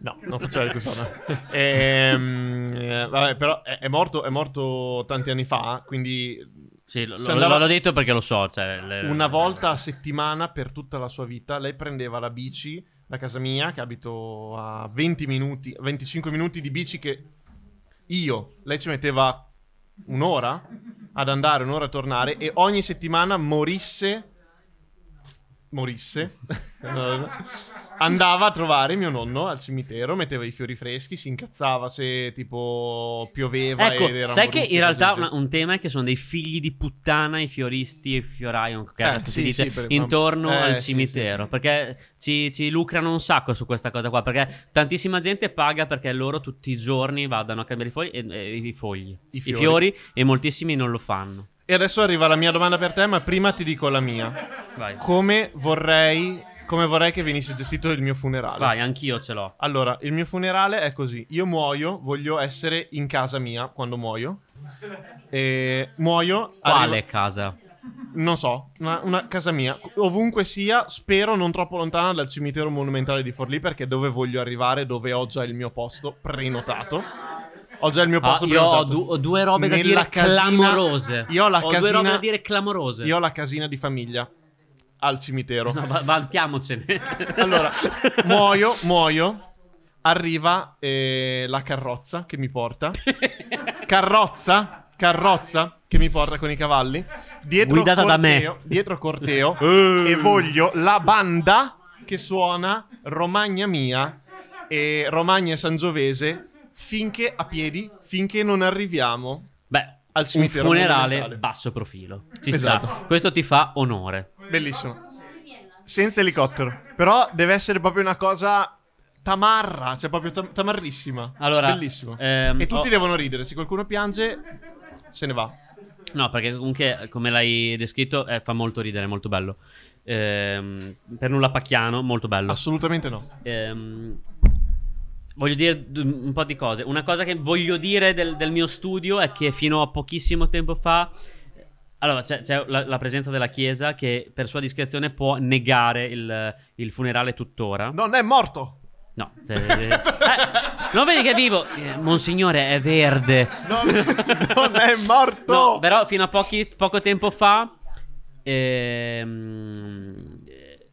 Speaker 4: No, non faceva il custode. Ehm, eh, vabbè, però è, è morto, è morto tanti anni fa, quindi
Speaker 3: Sì, lo-
Speaker 4: Se
Speaker 3: lo-
Speaker 4: andava-
Speaker 3: l'ho detto perché lo so. cioè, le-
Speaker 4: una volta a settimana per tutta la sua vita lei prendeva la bici da casa mia, che abito a 20 minuti, 25 minuti di bici che io, lei ci metteva un'ora ad andare, un'ora a tornare e ogni settimana morisse morisse andava a trovare mio nonno al cimitero, metteva i fiori freschi, si incazzava se tipo pioveva
Speaker 3: Ecco,
Speaker 4: ed era
Speaker 3: sai che
Speaker 4: brutti,
Speaker 3: in realtà
Speaker 4: cose del
Speaker 3: una- un tema è che sono dei figli di puttana i fioristi e i fiorai, non- che
Speaker 4: Eh,
Speaker 3: cazzo si
Speaker 4: sì,
Speaker 3: dice,
Speaker 4: sì, per-
Speaker 3: intorno
Speaker 4: eh,
Speaker 3: al
Speaker 4: sì,
Speaker 3: cimitero, perché ci, ci lucrano un sacco su questa cosa qua, perché tantissima gente paga perché loro tutti i giorni vadano a cambiare i fogli, e- e- i fogli,
Speaker 4: I
Speaker 3: i
Speaker 4: fiori.
Speaker 3: fiori. e moltissimi non lo fanno.
Speaker 4: E adesso arriva la mia domanda per te, ma prima ti dico la mia.
Speaker 3: Vai,
Speaker 4: Come vorrei, come vorrei che venisse gestito il mio funerale?
Speaker 3: Vai anch'io ce l'ho.
Speaker 4: Allora, il mio funerale è così. Io muoio, voglio essere in casa mia quando muoio. E muoio...
Speaker 3: Quale
Speaker 4: arrivo-
Speaker 3: casa?
Speaker 4: non so, una, una casa mia. Ovunque sia, spero non troppo lontana dal cimitero monumentale di Forlì, perché è dove voglio arrivare, dove ho già il mio posto prenotato. Ho già il mio
Speaker 3: Ah,
Speaker 4: posto
Speaker 3: io ho,
Speaker 4: prenotato.
Speaker 3: du- ho due robe da
Speaker 4: Nella
Speaker 3: dire
Speaker 4: casina-
Speaker 3: clamorose.
Speaker 4: Io ho la
Speaker 3: Ho
Speaker 4: casina...
Speaker 3: due robe da dire clamorose.
Speaker 4: Io ho la casina di famiglia al cimitero.
Speaker 3: No, va- vantiamocene.
Speaker 4: Allora, muoio, muoio. Arriva eh, la carrozza che mi porta. Carrozza, carrozza che mi porta con i cavalli. Dietro
Speaker 3: Guidata da
Speaker 4: corteo,
Speaker 3: me. Eh.
Speaker 4: Dietro corteo. e voglio la banda che suona Romagna mia e Romagna Sangiovese finché a piedi, finché non arriviamo.
Speaker 3: Beh,
Speaker 4: Al
Speaker 3: un
Speaker 4: cimitero monumentale.
Speaker 3: funerale basso profilo. Ci
Speaker 4: Esatto.
Speaker 3: sta. Questo ti fa onore.
Speaker 4: Bellissimo. Senza elicottero. Però deve essere proprio una cosa tamarra, cioè proprio tam- tamarrissima.
Speaker 3: Allora,
Speaker 4: Bellissimo.
Speaker 3: ehm,
Speaker 4: e tutti
Speaker 3: ho-
Speaker 4: devono ridere. Se qualcuno piange, se ne va.
Speaker 3: No, perché comunque, come l'hai descritto, eh, fa molto ridere, molto bello. Ehm, per nulla pacchiano, molto bello.
Speaker 4: Assolutamente no.
Speaker 3: Ehm, voglio dire d- un po' di cose. Una cosa che voglio dire del, del mio studio è che fino a pochissimo tempo fa. Allora, c'è, c'è la, la presenza della Chiesa che per sua discrezione può negare il, il funerale tuttora.
Speaker 4: Non è morto.
Speaker 3: No, eh, eh, non vedi che è vivo? Eh, Monsignore è verde.
Speaker 4: Non, non è morto.
Speaker 3: No, però fino a pochi- poco tempo fa. ehm, eh,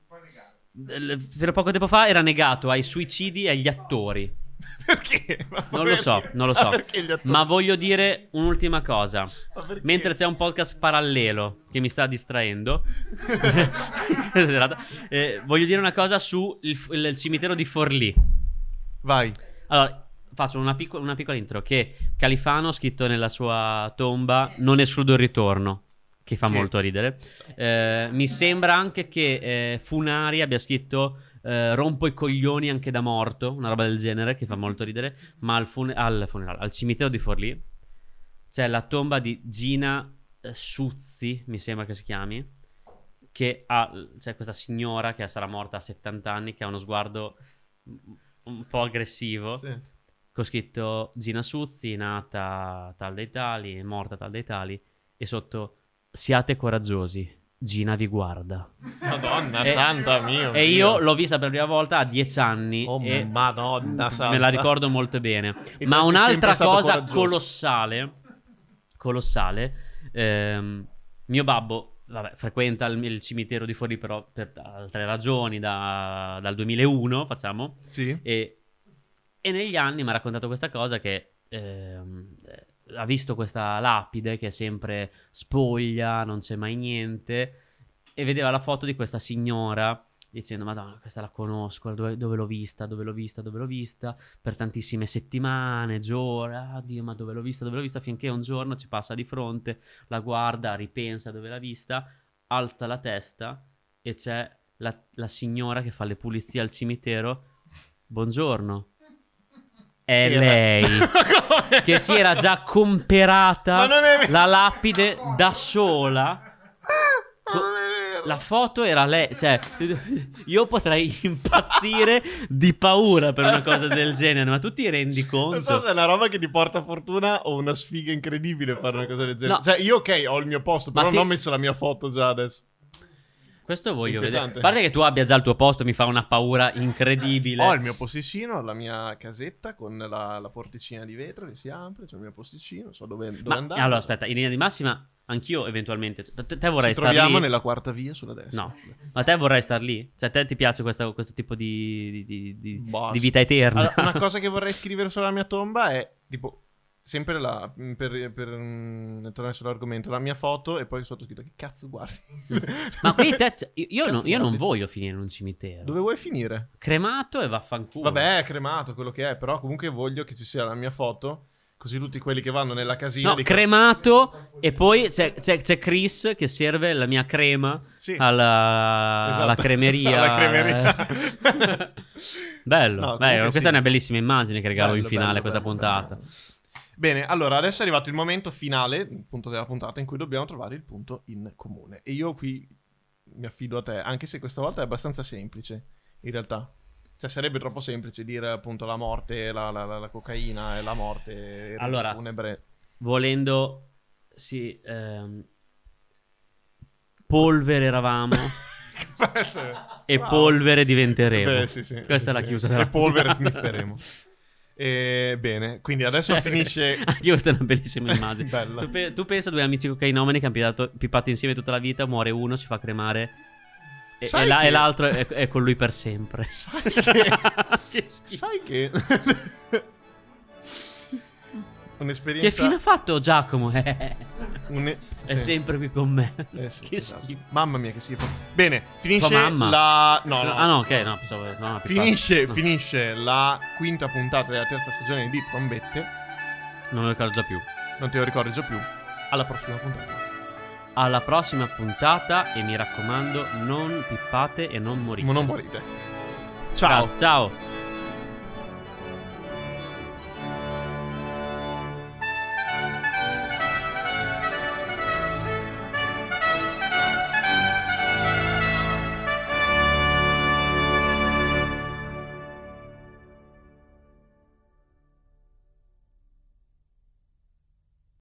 Speaker 3: del- fino a poco tempo fa era negato ai suicidi e agli attori.
Speaker 4: perché? Ma
Speaker 3: Non lo so,
Speaker 4: perché?
Speaker 3: non lo
Speaker 4: Ma
Speaker 3: so.
Speaker 4: perché gli attori?
Speaker 3: Ma voglio dire un'ultima cosa.
Speaker 4: Ma perché?
Speaker 3: Mentre c'è un podcast parallelo che mi sta distraendo, eh, voglio dire una cosa sul il cimitero di Forlì.
Speaker 4: Vai.
Speaker 3: Allora, faccio una, picco- una piccola intro che Califano ha scritto nella sua tomba Non escludo il ritorno, che fa
Speaker 4: Che-
Speaker 3: molto ridere. Eh, mi sembra anche che eh, Funari abbia scritto eh, Rompo i coglioni anche da morto, una roba del genere che fa molto ridere, ma al, fune- al funerale, al cimitero di Forlì c'è la tomba di Gina eh, Suzzi, mi sembra che si chiami. Che ha, c'è questa signora che sarà morta a 70 anni, che ha uno sguardo mm, un po' aggressivo
Speaker 4: Sì.
Speaker 3: con scritto Gina Suzzi, nata tal dei tali, morta tal dei tali, e sotto siate coraggiosi, Gina vi guarda.
Speaker 4: Madonna
Speaker 3: E-
Speaker 4: santa mia.
Speaker 3: E io l'ho vista per la prima volta a dieci anni
Speaker 4: Ah, Oh,
Speaker 3: e
Speaker 4: madonna santa.
Speaker 3: me la ricordo molto bene.
Speaker 4: E
Speaker 3: Ma
Speaker 4: tu sei sempre
Speaker 3: un'altra
Speaker 4: stato
Speaker 3: cosa
Speaker 4: coraggioso.
Speaker 3: colossale, colossale, ehm, mio babbo vabbè, frequenta il, il cimitero di Forlì però per altre ragioni, da- dal 2001 facciamo,
Speaker 4: Sì.
Speaker 3: e, e negli anni mi ha raccontato questa cosa che ehm, eh, ha visto questa lapide che è sempre spoglia, non c'è mai niente, e vedeva la foto di questa signora dicendo madonna questa la conosco dove, dove l'ho vista dove l'ho vista dove l'ho vista per tantissime settimane giorni ah dio ma dove l'ho vista dove l'ho vista finché un giorno ci passa di fronte la guarda ripensa dove l'ha vista alza la testa e c'è la, la signora che fa le pulizie al cimitero Buongiorno. È
Speaker 4: Era.
Speaker 3: lei che si era già comperata
Speaker 4: Ma non è vero.
Speaker 3: la lapide da sola.
Speaker 4: Ma non è vero.
Speaker 3: La foto era lei, cioè io potrei impazzire di paura per una cosa del genere, ma tu ti rendi conto?
Speaker 4: Non so se è una roba che ti porta fortuna o una sfiga incredibile fare una cosa del genere.
Speaker 3: No.
Speaker 4: Cioè, io ok, ho il mio posto, però
Speaker 3: Ma ti-
Speaker 4: non ho messo la mia foto già adesso.
Speaker 3: Questo voglio
Speaker 4: Inquietante.
Speaker 3: vedere. A parte che tu abbia già il tuo posto, mi fa una paura incredibile.
Speaker 4: Ho il mio posticino, la mia casetta con la, la porticina di vetro che si apre, c'è il mio posticino, so dove, dove
Speaker 3: Ma
Speaker 4: andare.
Speaker 3: allora aspetta, in linea di massima, anch'io eventualmente. Te, te vorrai
Speaker 4: Ci
Speaker 3: star
Speaker 4: troviamo
Speaker 3: lì.
Speaker 4: nella quarta via sulla destra.
Speaker 3: No, ma te vorrai star lì? Cioè, a te ti piace questa- questo tipo di, di- di- di-
Speaker 4: Boh,
Speaker 3: di vita eterna?
Speaker 4: Allora, una cosa che vorrei scrivere sulla mia tomba è tipo sempre la per, per, mm, tornare sull'argomento la mia foto e poi sotto scritto che cazzo guardi
Speaker 3: Ma qui te, cioè, io- io,
Speaker 4: Cazzo
Speaker 3: non, io non
Speaker 4: guardi.
Speaker 3: voglio finire in un cimitero.
Speaker 4: dove vuoi finire
Speaker 3: Cremato e vaffanculo.
Speaker 4: vabbè è cremato quello che è però comunque voglio che ci sia la mia foto così tutti quelli che vanno nella casina
Speaker 3: No,
Speaker 4: dicono-
Speaker 3: cremato e poi c'è, c'è- c'è Chris che serve la mia crema
Speaker 4: Sì.
Speaker 3: alla,
Speaker 4: Esatto.
Speaker 3: alla cremeria.
Speaker 4: Alla cremeria.
Speaker 3: bello,
Speaker 4: No, comunque
Speaker 3: bello. questa
Speaker 4: sì.
Speaker 3: è una bellissima immagine che regalo in
Speaker 4: Bello,
Speaker 3: finale a
Speaker 4: bello,
Speaker 3: questa
Speaker 4: bello,
Speaker 3: puntata.
Speaker 4: bello. Bene, allora adesso è arrivato il momento finale, il punto della puntata, in cui dobbiamo trovare il punto in comune. E io qui mi affido a te, anche se questa volta è abbastanza semplice, in realtà. Cioè, sarebbe troppo semplice dire appunto la morte, la, la- la- la cocaina e la morte e
Speaker 3: Allora.
Speaker 4: funebre.
Speaker 3: Volendo, sì, ehm, polvere eravamo e
Speaker 4: Wow.
Speaker 3: polvere diventeremo.
Speaker 4: Beh, sì, sì,
Speaker 3: Questa
Speaker 4: sì,
Speaker 3: è la
Speaker 4: sì.
Speaker 3: chiusa.
Speaker 4: E
Speaker 3: della
Speaker 4: polvere
Speaker 3: puntata.
Speaker 4: snifferemo. E, bene, quindi adesso
Speaker 3: Eh,
Speaker 4: finisce...
Speaker 3: Anche questa è una bellissima immagine.
Speaker 4: Bella.
Speaker 3: Tu, pe- tu pensa due amici cocainomani che hanno pilato- pipato insieme tutta la vita, muore uno, si fa cremare. E,
Speaker 4: Sai
Speaker 3: e la-
Speaker 4: che-
Speaker 3: e l'altro è, è con lui per sempre.
Speaker 4: Sai che...
Speaker 3: Che schifo.
Speaker 4: Sai che... Un'esperienza...
Speaker 3: Che fine ha fatto Giacomo? Eh,
Speaker 4: un-
Speaker 3: È
Speaker 4: sì.
Speaker 3: sempre qui con me.
Speaker 4: Eh sì,
Speaker 3: che
Speaker 4: esatto.
Speaker 3: schifo.
Speaker 4: Mamma mia, che schifo. Bene, finisce
Speaker 3: mamma?
Speaker 4: la. No, no.
Speaker 3: Ah no, ok, no, pensavo... no, no, pipato.
Speaker 4: Finisce,
Speaker 3: No,
Speaker 4: finisce la quinta puntata della terza stagione di Trombette.
Speaker 3: Non lo ricordo già più.
Speaker 4: Non te lo ricordi già più. Alla prossima puntata.
Speaker 3: Alla prossima puntata e mi raccomando, non pippate e non morite.
Speaker 4: Ma non morite. Ciao.
Speaker 3: Grazie, ciao.